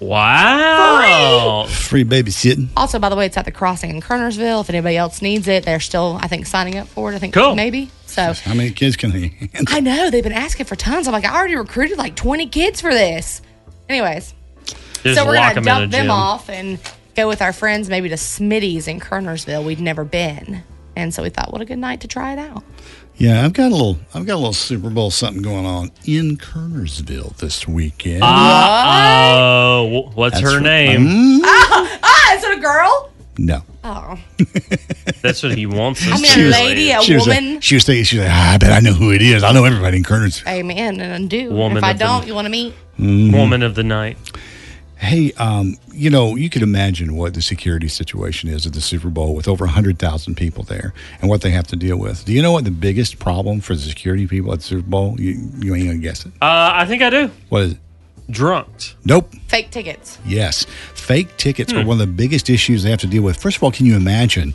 S9: Wow.
S8: Free babysitting.
S2: Also, by the way, it's at the crossing in Kernersville. If anybody else needs it, they're still, I think, signing up for it. I think
S8: Cool.
S2: maybe. So
S8: How many kids can they?
S2: I know they've been asking for tons. I'm like, I already recruited like 20 kids for this. Anyways, so we're gonna dump them off and go with our friends maybe to Smitty's in Kernersville. We'd never been, and so we thought, what a good night to try it out.
S8: Yeah, I've got a little, I've got a little Super Bowl something going on in Kernersville this weekend.
S9: Oh, what's
S8: That's
S9: her
S8: right.
S9: name?
S2: Ah, ah, is it a girl?
S8: No.
S2: Oh,
S9: That's what he wants us
S2: I mean,
S9: to
S2: a
S9: believe.
S2: lady, a
S8: she was
S2: woman.
S8: Like, she was thinking, she was like, ah, I bet I know who it is. I know everybody in Kernersville.
S2: Amen, and I do.
S8: Woman
S2: if I
S8: of the-
S2: don't, you want to meet?
S8: Mm-hmm.
S9: Woman of the night.
S8: Hey, um, you know, you could imagine what the security situation is at the Super Bowl with over 100,000 people there and what they have to deal with. Do you know what the biggest problem for the security people at the Super Bowl? You, you ain't going to guess it.
S9: Uh, I think I do.
S8: What is it?
S9: Drunks.
S8: Nope.
S2: Fake tickets.
S8: Yes. Fake tickets are one of the biggest issues they have to deal with. First of all, can you imagine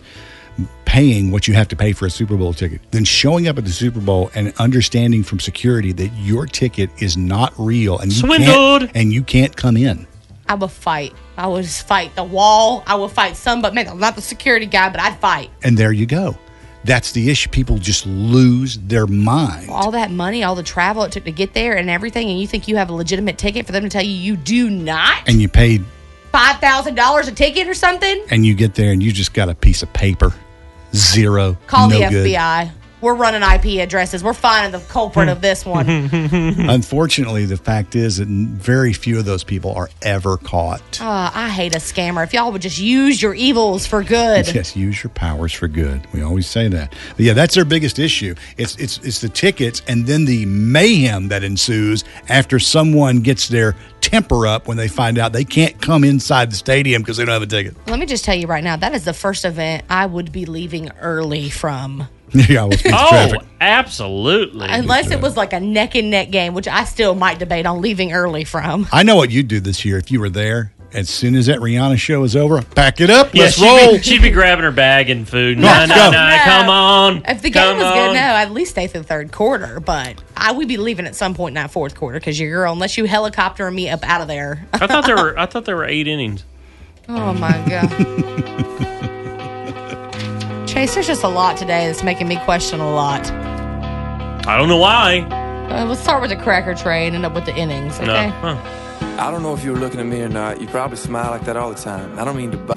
S8: paying what you have to pay for a Super Bowl ticket? Then showing up at the Super Bowl and understanding from security that your ticket is not real and you
S2: Swindled.
S8: can't, and you can't come in.
S2: I would fight. I would just fight the wall. I would fight some, but man, I'm not the security guy, but I'd fight.
S8: And there you go. That's the issue. People just lose their mind.
S2: all that money, all the travel it took to get there and everything, and you think you have a legitimate ticket for them to tell you you do not?
S8: And you paid
S2: $5,000 a ticket or something?
S8: and you get there and you just got a piece of paper. Zero.
S2: Call
S8: no
S2: the
S8: good.
S2: FBI. we're running IP addresses. We're finding the culprit of this one.
S8: Unfortunately, the fact is that very few of those people are ever caught.
S2: Uh, I hate a scammer. If y'all would just use your evils for good.
S8: Yes, use your powers for good. We always say that. But yeah, that's their biggest issue. It's it's it's the tickets and then the mayhem that ensues after someone gets their temper up when they find out they can't come inside the stadium because they don't have a ticket.
S2: Let me just tell you right now, that is the first event I would be leaving early from.
S8: yeah, well, speaking of
S9: Oh,
S8: traffic.
S9: absolutely.
S2: Unless it was like a neck and neck game, which I still might debate on leaving early from.
S8: I know what you'd do this year if you were there. As soon as that Rihanna show is over, pack it up.
S9: Yeah,
S8: let's
S9: she'd
S8: roll.
S9: Be, she'd be grabbing her bag and food.
S8: Come
S9: No,
S8: on,
S9: no,
S8: go.
S9: no, come on.
S2: If the game
S9: come
S2: was good,
S9: on.
S2: no, I'd at least stay through the third quarter. But I would be leaving at some point in that fourth quarter because your girl, unless you helicopter me up out of there.
S9: I thought there were I thought there were eight innings.
S2: Oh my god. Chase, there's just a lot today that's making me question a lot.
S9: I don't know why.
S2: Uh, let's start with the cracker tray and end up with the innings, okay?
S15: I don't know if you were looking at me or not. You probably smile like that all the time. I don't mean to. Bu-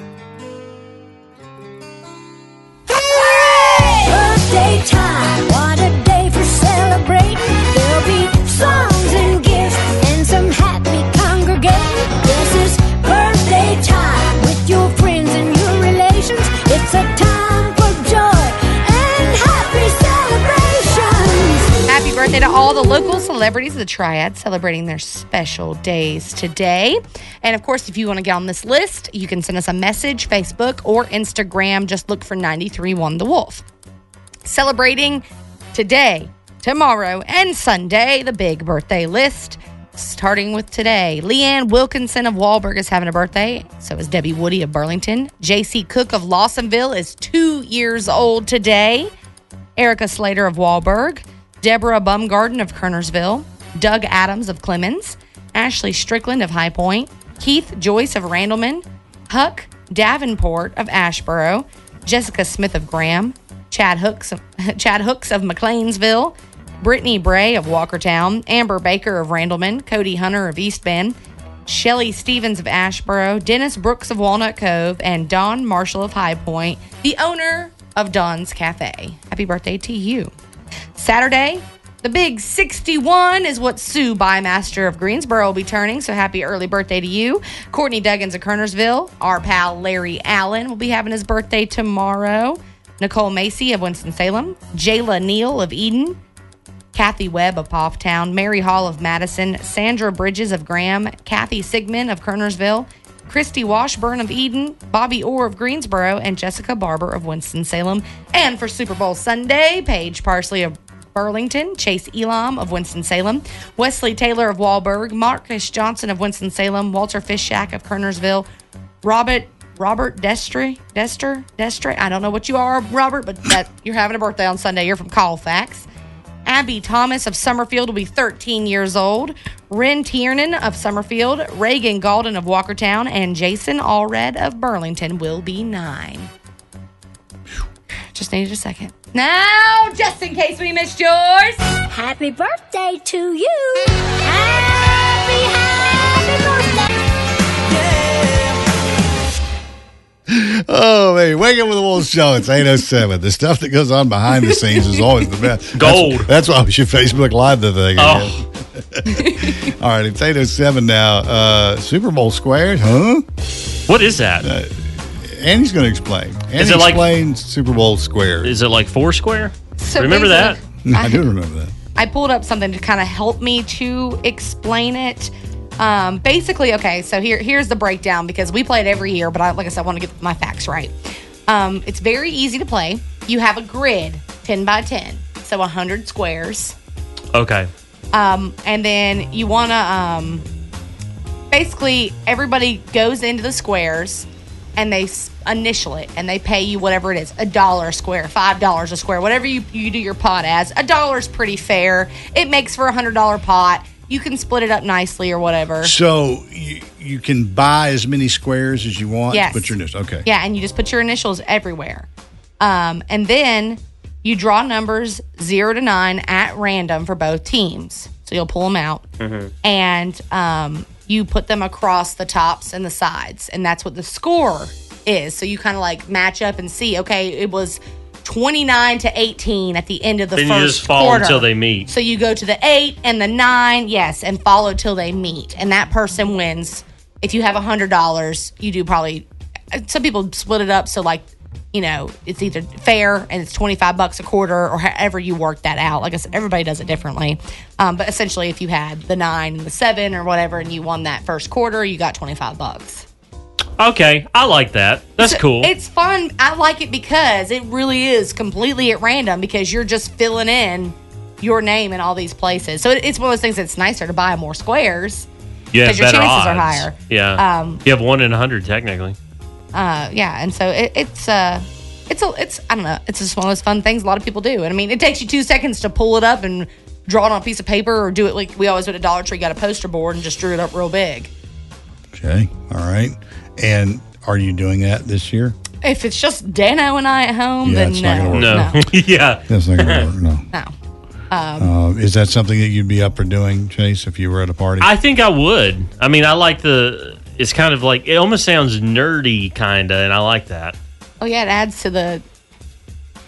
S3: Birthday time, what a day for celebrating. There'll be songs and gifts and some happy congregating. This is birthday time with your friends and your relations. It's a time for joy and happy celebrations.
S2: Happy birthday to all the local celebrities of the Triad celebrating their special days today. And of course, if you want to get on this list, you can send us a message, Facebook or Instagram. Just look for 931 The Wolf. Celebrating today, tomorrow, and Sunday, the big birthday list. Starting with today, Leanne Wilkinson of Wahlberg is having a birthday. So is Debbie Woody of Burlington. JC Cook of Lawsonville is two years old today. Erica Slater of Wahlberg, Deborah Bumgarden of Kernersville, Doug Adams of Clemens, Ashley Strickland of High Point, Keith Joyce of Randleman, Huck Davenport of Ashboro, Jessica Smith of Graham, Chad Hooks of, Chad Hooks of McLeansville, Brittany Bray of Walkertown, Amber Baker of Randleman, Cody Hunter of East Bend, Shelly Stevens of Ashboro, Dennis Brooks of Walnut Cove, and Don Marshall of High Point, the owner of Don's Cafe. Happy birthday to you. Saturday, the big 61 is what Sue Bymaster of Greensboro will be turning, so happy early birthday to you. Courtney Duggins of Kernersville, our pal Larry Allen will be having his birthday tomorrow. Nicole Macy of Winston-Salem, Jayla Neal of Eden, Kathy Webb of Pofftown, Mary Hall of Madison, Sandra Bridges of Graham, Kathy Sigmund of Kernersville, Christy Washburn of Eden, Bobby Orr of Greensboro, and Jessica Barber of Winston-Salem. And for Super Bowl Sunday, Paige Parsley of Burlington, Chase Elam of Winston-Salem, Wesley Taylor of Wahlberg, Marcus Johnson of Winston-Salem, Walter Fishshack of Kernersville, Robert Robert Destry Dester Destry. I don't know what you are, Robert, but that you're having a birthday on Sunday. You're from Colfax. Abby Thomas of Summerfield will be 13 years old. Ren Tiernan of Summerfield, Reagan Galden of Walkertown, and Jason Allred of Burlington will be nine. Just needed a second. Now, just in case we missed yours,
S3: happy birthday to you. Happy, happy birthday.
S8: Oh, man. Wake up with the Wolf Show. It's 807. the stuff that goes on behind the scenes is always the best.
S9: Gold.
S8: That's, that's why we should Facebook Live the thing. I
S9: Oh.
S8: guess. All right, it's 807 now. Uh, Super Bowl squared, huh?
S9: What is that? Is
S8: Andy's going to explain. Andy
S9: it like-
S8: explain Super Bowl squared.
S9: it like four square?
S2: So
S9: remember that?
S2: basically-
S8: I do remember that.
S2: I pulled up something to kind of help me to explain it. Um, basically, okay, so here here's the breakdown because we play it every year, but I, like I said, I want to get my facts right. Um, it's very easy to play. You have a grid, 10 by 10, so 100 squares.
S9: Okay.
S2: Um, and then you want to um, basically everybody goes into the squares and they s- initial it and they pay you whatever it is a dollar a square, five dollars a square, whatever you, you do your pot as. A dollar is pretty fair. It makes for a hundred dollar pot. You can split it up nicely or whatever.
S8: So you, you can buy as many squares as you want
S2: Yes.
S8: to put your initials. Okay.
S2: Yeah, and you just put your initials everywhere. Um, and then you draw numbers zero to nine at random for both teams. So you'll pull them out.
S9: Mm-hmm.
S2: and um, you put them across the tops and the sides, and that's what the score is. So you kind of like match up and see, okay, it was 29 to 18 at the end of the
S9: Then you
S2: first
S9: just follow 'em
S2: quarter.
S9: till they meet.
S2: So you go to the 8 and the 9, yes, and follow till they meet. And that person wins. If you have $100, you do probably some people split it up so like you know, it's either fair and it's 25 bucks a quarter or however you work that out. Like I said, everybody does it differently. Um, but essentially, if you had the nine and the seven or whatever and you won that first quarter, you got 25 bucks.
S9: Okay, I like that. That's
S2: So
S9: cool.
S2: It's fun. I like it because it really is completely at random because you're just filling in your name in all these places. So it, it's one of those things that's nicer to buy more squares.
S9: You have
S2: 'cause your
S9: better
S2: chances are
S9: odds.
S2: higher.
S9: Yeah.
S2: Um,
S9: you have one in a hundred technically.
S2: Uh, yeah, and so it, it's uh, it's a it's I don't know. It's just one of those fun things a lot of people do. And I mean, it takes you two seconds to pull it up and draw it on a piece of paper or do it like we always would at Dollar Tree. Got a poster board and just drew it up real big.
S8: Okay. All right. And are you doing that this year?
S2: If it's just Dano and I at home,
S8: Yeah,
S2: then
S8: it's
S2: no,
S8: not gonna
S9: No.
S8: work.
S9: yeah.
S8: That's not going to work. No.
S2: no. Um,
S8: Uh, is that something that you'd be up for doing, Chase, if you were at a party?
S9: I think I would. I mean, I like the. It's kind of like it almost sounds nerdy, kinda, and I like that.
S2: oh yeah, it adds to the,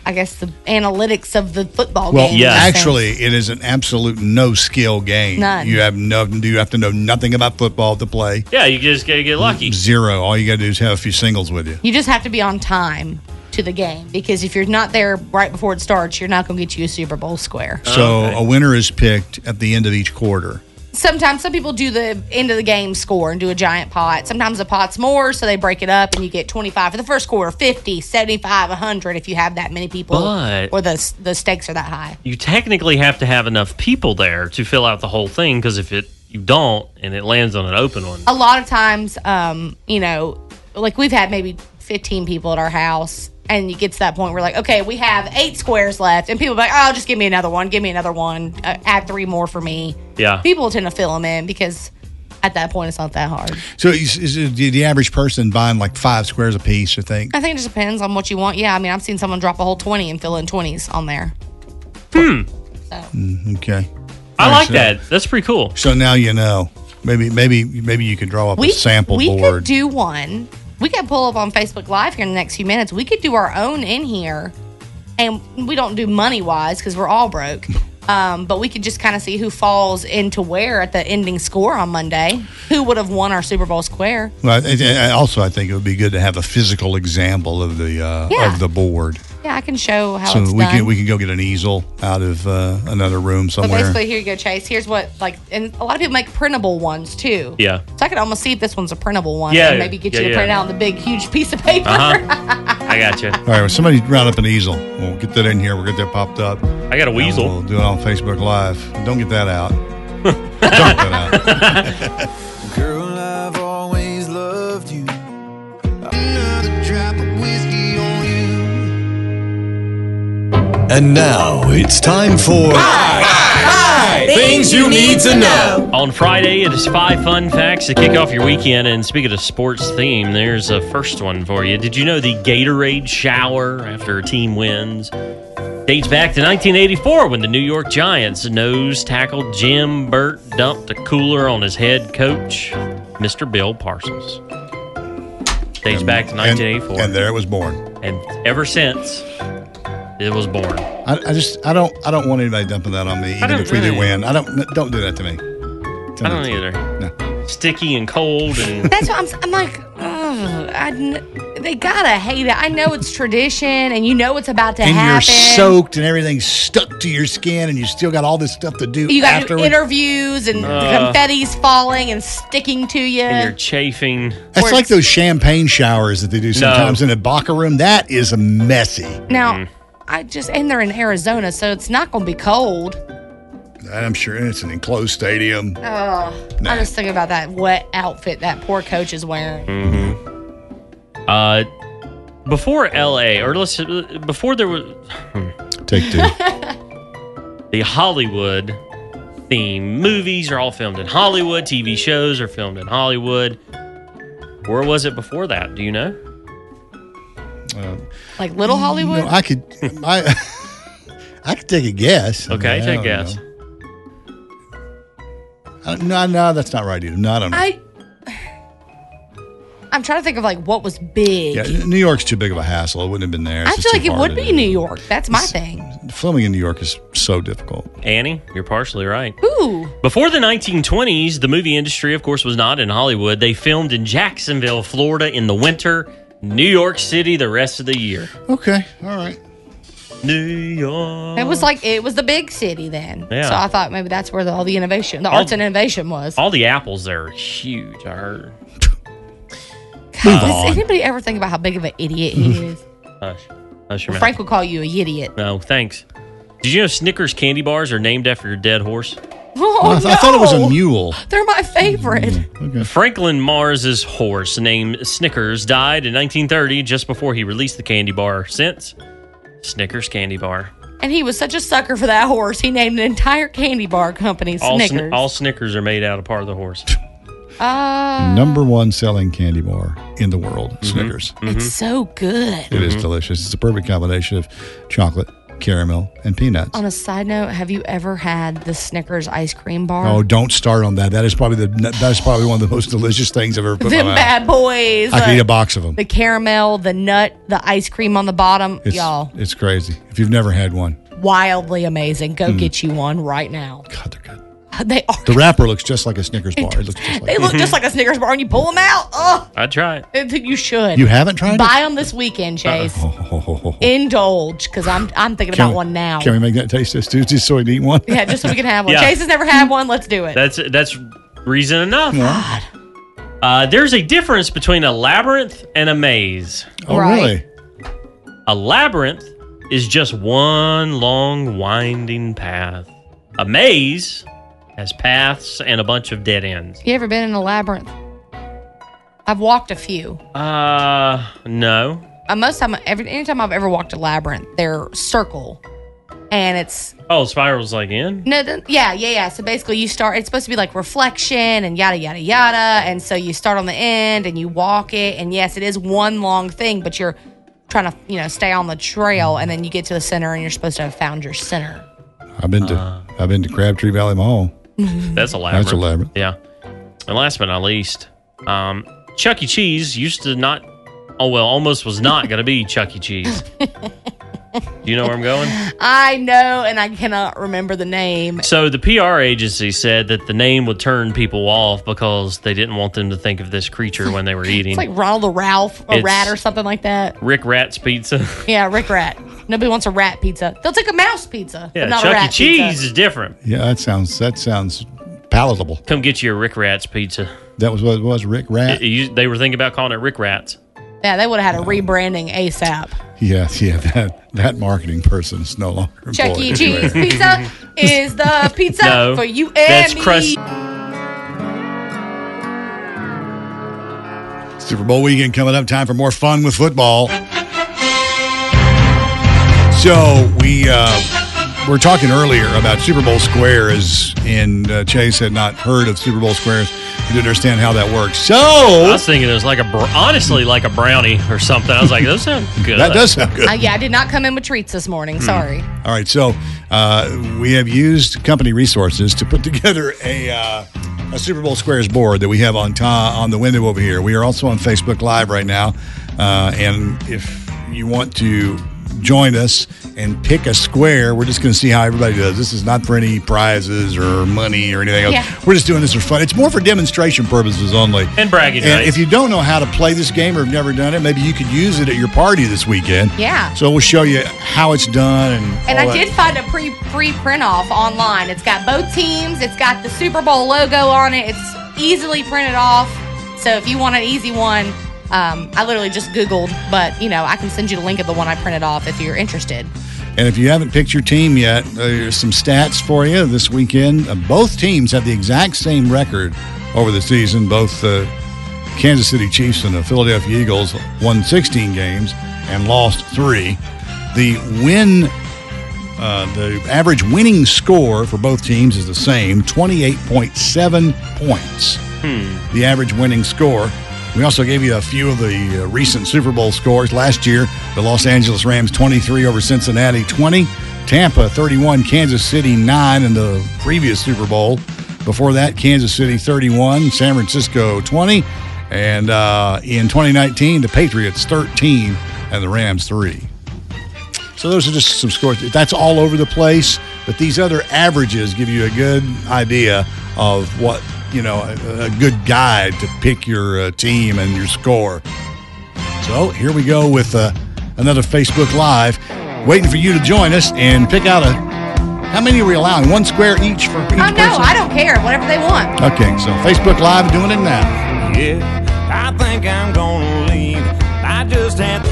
S2: I guess the analytics of the football
S8: well,
S2: game.
S8: actually, it is an absolute no skill game.
S2: None.
S8: You have no. You have to know nothing about football to play.
S9: Yeah, you just gotta get lucky.
S8: Zero. All you got to do is have a few singles with you.
S2: You just have to be on time to the game because if you're not there right before it starts, you're not going to get you a Super Bowl square.
S8: So a winner is picked at the end of each quarter.
S2: Sometimes some people do the end of the game score and do a giant pot. Sometimes the pot's more, so they break it up and you get 25 for the first quarter, 50, 75, 100 if you have that many people
S9: But-
S2: or the the stakes are that high.
S9: You technically have to have enough people there to fill out the whole thing because if it you don't and it lands on an open one,
S2: A lot of times um, you know, like we've had maybe 15 people at our house and you get to that point where like, okay, we have 8 squares left and people are like, "Oh, just give me another one. Give me another one. Uh, add 3 more for me."
S9: yeah.
S2: People tend to fill them in because at that point it's not that hard.
S8: So is, is, is the the average person buying like five squares a piece? You think?
S2: I think it just depends on what you want. Yeah, I mean, I've seen someone drop a whole 20 and fill in 20s on there.
S9: Hmm.
S8: Mm, okay.
S9: I
S8: All right,
S9: like
S8: so-
S9: that. That's pretty cool.
S8: So now you know. Maybe maybe maybe you could draw up a sample
S2: we
S8: board.
S2: could do one. We could pull up on Facebook Live here in the next few minutes. We could do our own in here, and we don't do money wise because we're all broke. Um, but we could just kind of see who falls into where at the ending score on Monday. Who would have won our Super Bowl square?
S8: well, I- I- I also, I think it would be good to have a physical example of the uh,
S2: Yeah.
S8: of the board,
S2: Yeah, I can show how
S8: so
S2: it's
S8: we
S2: done.
S8: can we can go get an easel out of uh, another room
S2: but
S8: somewhere.
S2: basically, here you go, Chase. Here's what like, and a lot of people make printable ones too.
S8: yeah.
S2: So I could almost see if this one's a printable one.
S8: Yeah,
S2: and maybe get
S8: yeah,
S2: you to
S8: yeah. Uh-huh.
S2: print it out on the big, huge piece of paper.
S9: I got you.
S8: All right, well, somebody round up an easel. We'll get that in here. We'll get that popped up.
S9: I got a weasel.
S8: We'll do it on Facebook Live. Don't get that out.
S5: Girl, I've always loved you. Another drop of whiskey on you.
S16: And now it's time for Things You Need to Know.
S9: On Friday, it is five fun facts to kick off your weekend. And speaking of sports theme, there's a first one for you. Did you know the Gatorade shower after a team wins dates back to 1984 when the New York Giants nose tackle Jim Burt dumped a cooler on his head coach, Mr. Bill Parcells. Dates back to 1984.
S8: And there it was born.
S9: And ever since, it was born.
S8: I, I just I don't I don't want anybody dumping that on me. Even
S9: don't
S8: if we
S9: really-
S8: do win, I don't don't do that to me.
S9: I don't either. Sticky and cold and.
S2: That's what I'm. s- I'm like, ugh, I kn- they gotta hate it. I know it's tradition, and you know it's about to
S8: and
S2: happen.
S8: you're soaked and everything's stuck to your skin and you still got all this stuff to do
S2: You got to do
S8: afterwards.
S2: interviews, and the
S8: Uh.
S2: confetti's falling and sticking to you.
S9: And you're chafing.
S8: that's like those champagne showers that they do sometimes in a baka room. That is messy.
S2: now, I just and they're in Arizona, so it's not gonna be cold.
S8: And I'm sure it's an enclosed stadium.
S2: Oh,
S8: Nah.
S2: I just think about that wet outfit that poor coach is wearing.
S9: Mm-hmm. Uh, before L.A. or let's uh, before there was
S8: take two. Uh,
S9: the Hollywood theme movies are all filmed in Hollywood. TV shows are filmed in Hollywood. Where was it before that? Do you know?
S2: Like Little Hollywood.
S8: No, Mm, I could I I could take a guess.
S9: Okay,
S8: I
S9: take a
S8: don't
S9: guess.
S8: know. I- No, no, that's not right either. No, I don't know.
S2: I, I I'm trying to think of like what was big.
S8: Yeah, New York's too big of a hassle. It wouldn't have been there. It's
S2: I
S8: just
S2: feel
S8: too
S2: like it
S8: far
S2: would
S8: to
S2: be
S8: do.
S2: New York. That's my thing.
S8: Filming in New York is so difficult.
S9: Annie, you're partially right.
S2: Ooh.
S9: Before the 1920s, the movie industry, of course, was not in Hollywood. They filmed in Jacksonville, Florida in the winter, New York City the rest of the year.
S8: Okay, all right.
S9: New York.
S2: It was like it was the big city then.
S9: Yeah.
S2: So I thought maybe that's where the, all the innovation, the
S9: All-
S2: arts and innovation was.
S9: All the apples there are huge, I heard.
S2: God, does anybody ever think about how big of an idiot he is?
S9: Hush. Hush your
S2: Well,
S9: mouth.
S2: Frank would call you a idiot.
S9: No, thanks. Did you know Snickers candy bars are named after your dead horse?
S2: Oh,
S8: I, th- I thought it was
S2: no.
S8: a Mm. mule.
S2: They're my favorite.
S8: Hmm,
S9: Franklin Mars's horse, named Snickers, died in 1930 just before he released the candy bar. Since Snickers candy bar,
S2: And he was such a sucker for that horse. He named an entire candy bar company
S9: all, Sn-
S2: Snickers.
S9: all Snickers are made out of part of the horse.
S2: uh,
S8: Number one selling candy bar in the world, Snickers.
S9: mm-hmm.
S2: It's so good.
S8: It is delicious. It's a perfect combination of chocolate, caramel, and peanuts.
S2: On a side note, have you ever had the Snickers ice cream bar?
S8: Oh, don't start on that. That is probably the that's probably one of the most delicious things I've ever put in
S2: Them
S8: my
S2: bad
S8: mouth.
S2: boys.
S8: I could eat a
S2: like,
S8: box of them.
S2: The caramel, the nut, the ice cream on the bottom.
S8: It's,
S2: Y'all,
S8: it's crazy. If you've never had one,
S2: wildly amazing.
S8: Mm-hmm.
S2: Go get you one right now.
S8: God,
S2: they're good. They are.
S8: the wrapper looks just like a Snickers bar. It looks just like
S2: They look just like a Snickers bar when you pull them out. Oh,
S9: I try it.
S2: you should.
S8: You haven't tried it?
S2: Buy them this weekend, Chase.
S8: Oh,
S2: Indulge, because I'm I'm thinking
S8: Can
S2: about
S8: we-
S2: one now.
S8: Can we make that taste test too, just so we can eat one?
S2: yeah, just so we can have one.
S9: Yeah.
S2: Chase has never had one. Let's do it.
S9: That's that's reason enough.
S8: God.
S9: Uh, there's a difference between a labyrinth and a maze.
S8: Oh,
S2: Right.
S8: really?
S9: A labyrinth is just one long winding path. A maze has paths and a bunch of dead ends.
S2: You ever been in a labyrinth? I've walked a few.
S9: Uh, no.
S2: Uh, most time, every anytime I've ever walked a labyrinth, they're circle, and it's
S9: Oh, spirals like in.
S2: no, th- yeah, yeah, yeah. So basically, you start. It's supposed to be like reflection and yada yada yada, and so you start on the end and you walk it, and yes, it is one long thing, but you're trying to you know stay on the trail, and then you get to the center, and you're supposed to have found your center.
S8: I've been to I've been to Crabtree Valley Mall.
S9: That's a labyrinth.
S8: That's a labyrinth.
S9: Yeah. And last but not least, um, Chuck E. Cheese used to not, oh, well, almost was not going to be Chuck E. Cheese. Do you know where I'm going?
S2: I know, and I cannot remember the name.
S9: So the PR agency said that the name would turn people off because they didn't want them to think of this creature when they were eating.
S2: It's like Ronald the Ralph, a
S9: It's-
S2: rat or something like that.
S9: Rick Rat's Pizza.
S2: Yeah, Rick Rat. Nobody wants a rat pizza. They'll take a mouse pizza,
S9: yeah,
S2: but not a
S9: Chuck E.
S2: rat
S9: Cheese
S2: pizza.
S9: is different.
S8: Yeah, that sounds that sounds palatable.
S9: Come get your Rick Rat's Pizza.
S8: That was what it was. Rick Rat.
S9: It- it used- they were thinking about calling it Rick Rat's.
S2: Yeah, they would have had a rebranding ASAP.
S8: Yeah, yeah. That that marketing person is no longer.
S2: Chuck E.
S8: employed.
S2: Cheese pizza is the pizza
S8: No,
S2: for you and
S8: that's
S2: me.
S8: crust- Super Bowl weekend coming up. Time for more fun with football. So we uh, were talking earlier about Super Bowl squares, and uh, Chase had not heard of Super Bowl squares. He didn't understand how that works.
S9: I
S8: So
S9: was thinking it was like a, br- honestly, like a brownie or something. I was like, those sound good.
S8: that does sound good.
S2: Uh, yeah, I did not come in with treats this
S8: Hmm.
S2: morning. Sorry.
S8: All right, so uh, we have used company resources to put together a uh, a Super Bowl squares board that we have on ta- on the window over here. We are also on Facebook Live right now, uh, and if you want to join us and pick a square, we're just going to see how everybody does. This is not for any prizes or money or anything else.
S9: Yeah.
S8: We're just doing this for fun. It's more for demonstration purposes only.
S9: And bragging
S8: And
S9: rights.
S8: if you don't know how to play this game or have never done it, maybe you could use it at your party this weekend.
S2: Yeah.
S8: So we'll show you how it's done and
S2: And I
S8: all that.
S2: did find a pre free print off online. It's got both teams. It's got the Super Bowl logo on it. It's easily printed off. So if you want an easy one, um, I literally just Googled, but you know I can send you the link of the one I printed off if you're interested.
S8: And if you haven't picked your team yet, there's some stats for you this weekend. Uh, both teams have the exact same record over the season. Both the Kansas City Chiefs and the Philadelphia Eagles won 16 games and lost three. The win, uh, the average winning score for both teams is the same 28.7 points. The average winning score. We also gave you a few of the uh, recent Super Bowl scores. Last year, the Los Angeles Rams 23 over Cincinnati 20, Tampa 31, Kansas City 9 in the previous Super Bowl. Before that, Kansas City 31, San Francisco 20, And uh, in 2019, the Patriots 13 and the Rams 3. So those are just some scores. That's all over the place, but these other averages give you a good idea of what, you know, a, a good guide to pick your uh, team and your score. So here we go with uh, another Facebook Live. Waiting for you to join us and pick out a. How many are we allowing? One square each for each
S2: Oh no,
S8: person?
S2: I don't care. Whatever they want.
S8: Okay, so Facebook Live doing it now.
S17: Yeah, I think I'm gonna leave. I just had.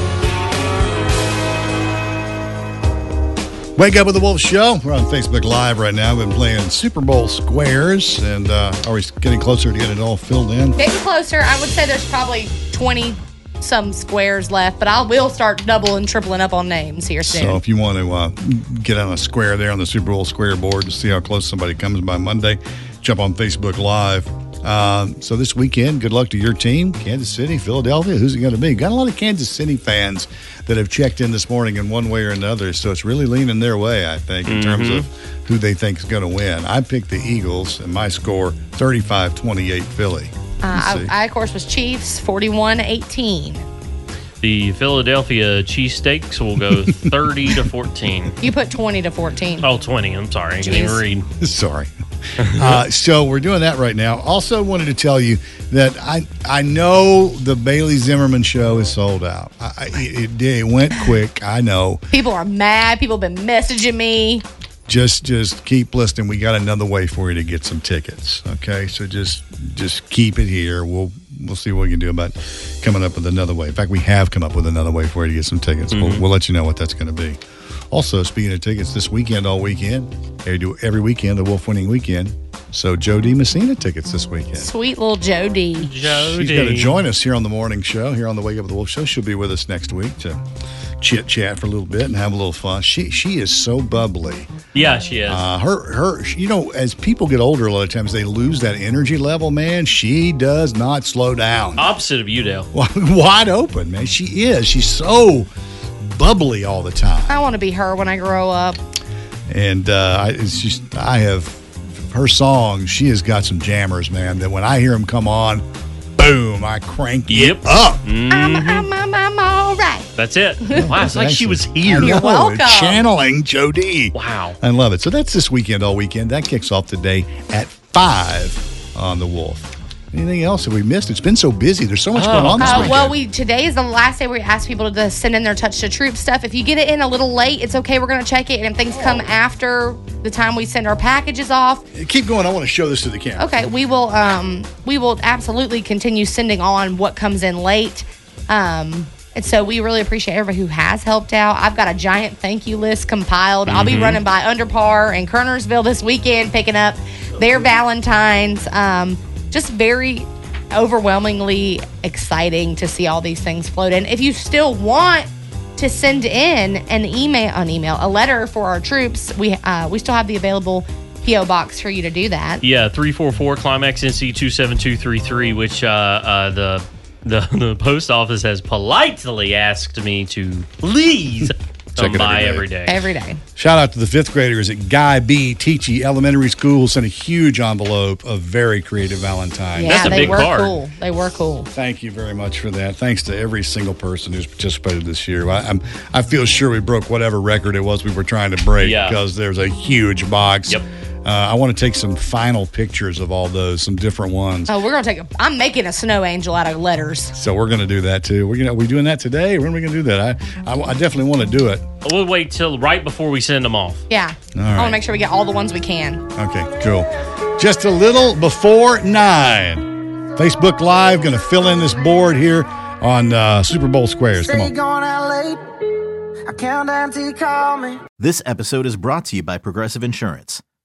S8: Wake up with the Wolf Show. We're on Facebook Live right now. We've been playing Super Bowl squares, and uh, always getting closer to get it all filled in.
S2: Getting closer. I would say there's probably 20 some squares left, but I will start doubling, tripling up on names here soon.
S8: So if you want to uh, get on a square there on the Super Bowl square board to see how close somebody comes by Monday, jump on Facebook Live. Uh, so this weekend, good luck to your team, Kansas City, Philadelphia. Who's it going to be? Got a lot of Kansas City fans that have checked in this morning in one way or another. So it's really leaning their way, I think, in terms
S9: Mhm.
S8: of who they think is going to win. I picked the Eagles, and my score 35 28 Philly.
S2: Uh,
S8: see.
S2: I, I, of course, was Chiefs 41 18.
S9: The Philadelphia cheesesteaks will go 30 to 14.
S2: You put 20 to 14.
S9: Oh, 20. I'm sorry. I can even
S2: Jeez.
S9: read.
S8: Sorry. uh, so we're doing that right now. Also, wanted to tell you that I I know the Bailey Zimmerman show is sold out. I, I, it, it did- it went quick. I know.
S2: People are mad. People have been messaging me.
S8: Just just keep listening. We got another way for you to get some tickets. Okay, so just just keep it here. We'll we'll see what we can do about coming up with another way. In fact, we have come up with another way for you to get some tickets. We'll, we'll let you know what that's going to be. Also, speaking of tickets, this weekend, all weekend, they do every weekend, the Wolf Winning Weekend. So, Jody Messina tickets this weekend.
S2: Sweet little Jody.
S8: She's going to join us here on the morning show, here on the Wake Up with the Wolf show. She'll be with us next week to chit chat for a little bit and have a little fun. She she is so bubbly.
S9: Yeah, she is.
S8: Uh, her her you know as people get older, a lot of times they lose that energy level. Man, she does not slow down.
S9: Opposite of you, Dale.
S8: Wide open, man. She is. She's so bubbly all the time.
S2: I want to be her when I grow up.
S8: and uh, I, it's just I have her song. She has got some jammers, man. That when I hear them come on, boom, I crank it up.
S2: I'm, I'm, I'm all right.
S9: That's it. Wow, Mm-hmm. it's like she was here.
S8: You're welcome. Channeling Jody.
S9: Wow.
S8: I love it. So that's this weekend, all weekend. That kicks off today at five on the Wolf. Anything else that we missed? It's been so busy. There's so much going on this
S2: Uh,
S8: weekend.
S2: well, we today is the last day where we ask people to send in their touch to troop stuff. If you get it in a little late, it's okay. We're going to check it, and if things come after the time we send our packages off,
S8: Keep going. I want to show this to the camera.
S2: Okay, we will um we will absolutely continue sending on what comes in late. Um and so we really appreciate everybody who has helped out. I've got a giant thank you list compiled. I'll be
S18: Mhm.
S2: running by Underpar and Kernersville this weekend picking up their Valentines. Um just very overwhelmingly exciting to see all these things float in. If you still want to send in an email, an email, a letter for our troops, we uh, we still have the available PO box for you to do that.
S9: Yeah, 344 Climax NC 27233, which uh, uh, the, the the post office has politely asked me to please come
S8: it every
S9: by
S8: day.
S9: every day.
S2: Every day.
S8: Shout out to the fifth graders at Guy B. Teachy Elementary School. Sent a huge envelope of very creative Valentine.
S2: Yeah, they were cool. They were cool.
S8: Thank you very much for that. Thanks to every single person who's participated this year. I, I'm, I feel sure we broke whatever record it was we were trying to break
S9: Yeah.
S8: because there's a huge box. Yep. Uh, I want to take some final pictures of all those, some different ones.
S2: Oh, we're gonna take. A, I'm making a snow angel out of letters.
S8: So we're going to do that too. We're gonna, we doing that today. When are we going to do that? I, I, I definitely want to do it.
S9: We'll wait till right before we send them off.
S2: Yeah.
S8: All
S2: I want
S8: right.
S2: to make sure we get all the ones we can.
S8: Okay, cool. Just a little before nine. Facebook Live going to fill in this board here on uh, Super Bowl Squares. Come on.
S19: Stay gone out late. I count down till you call me.
S14: This episode is brought to you by Progressive Insurance.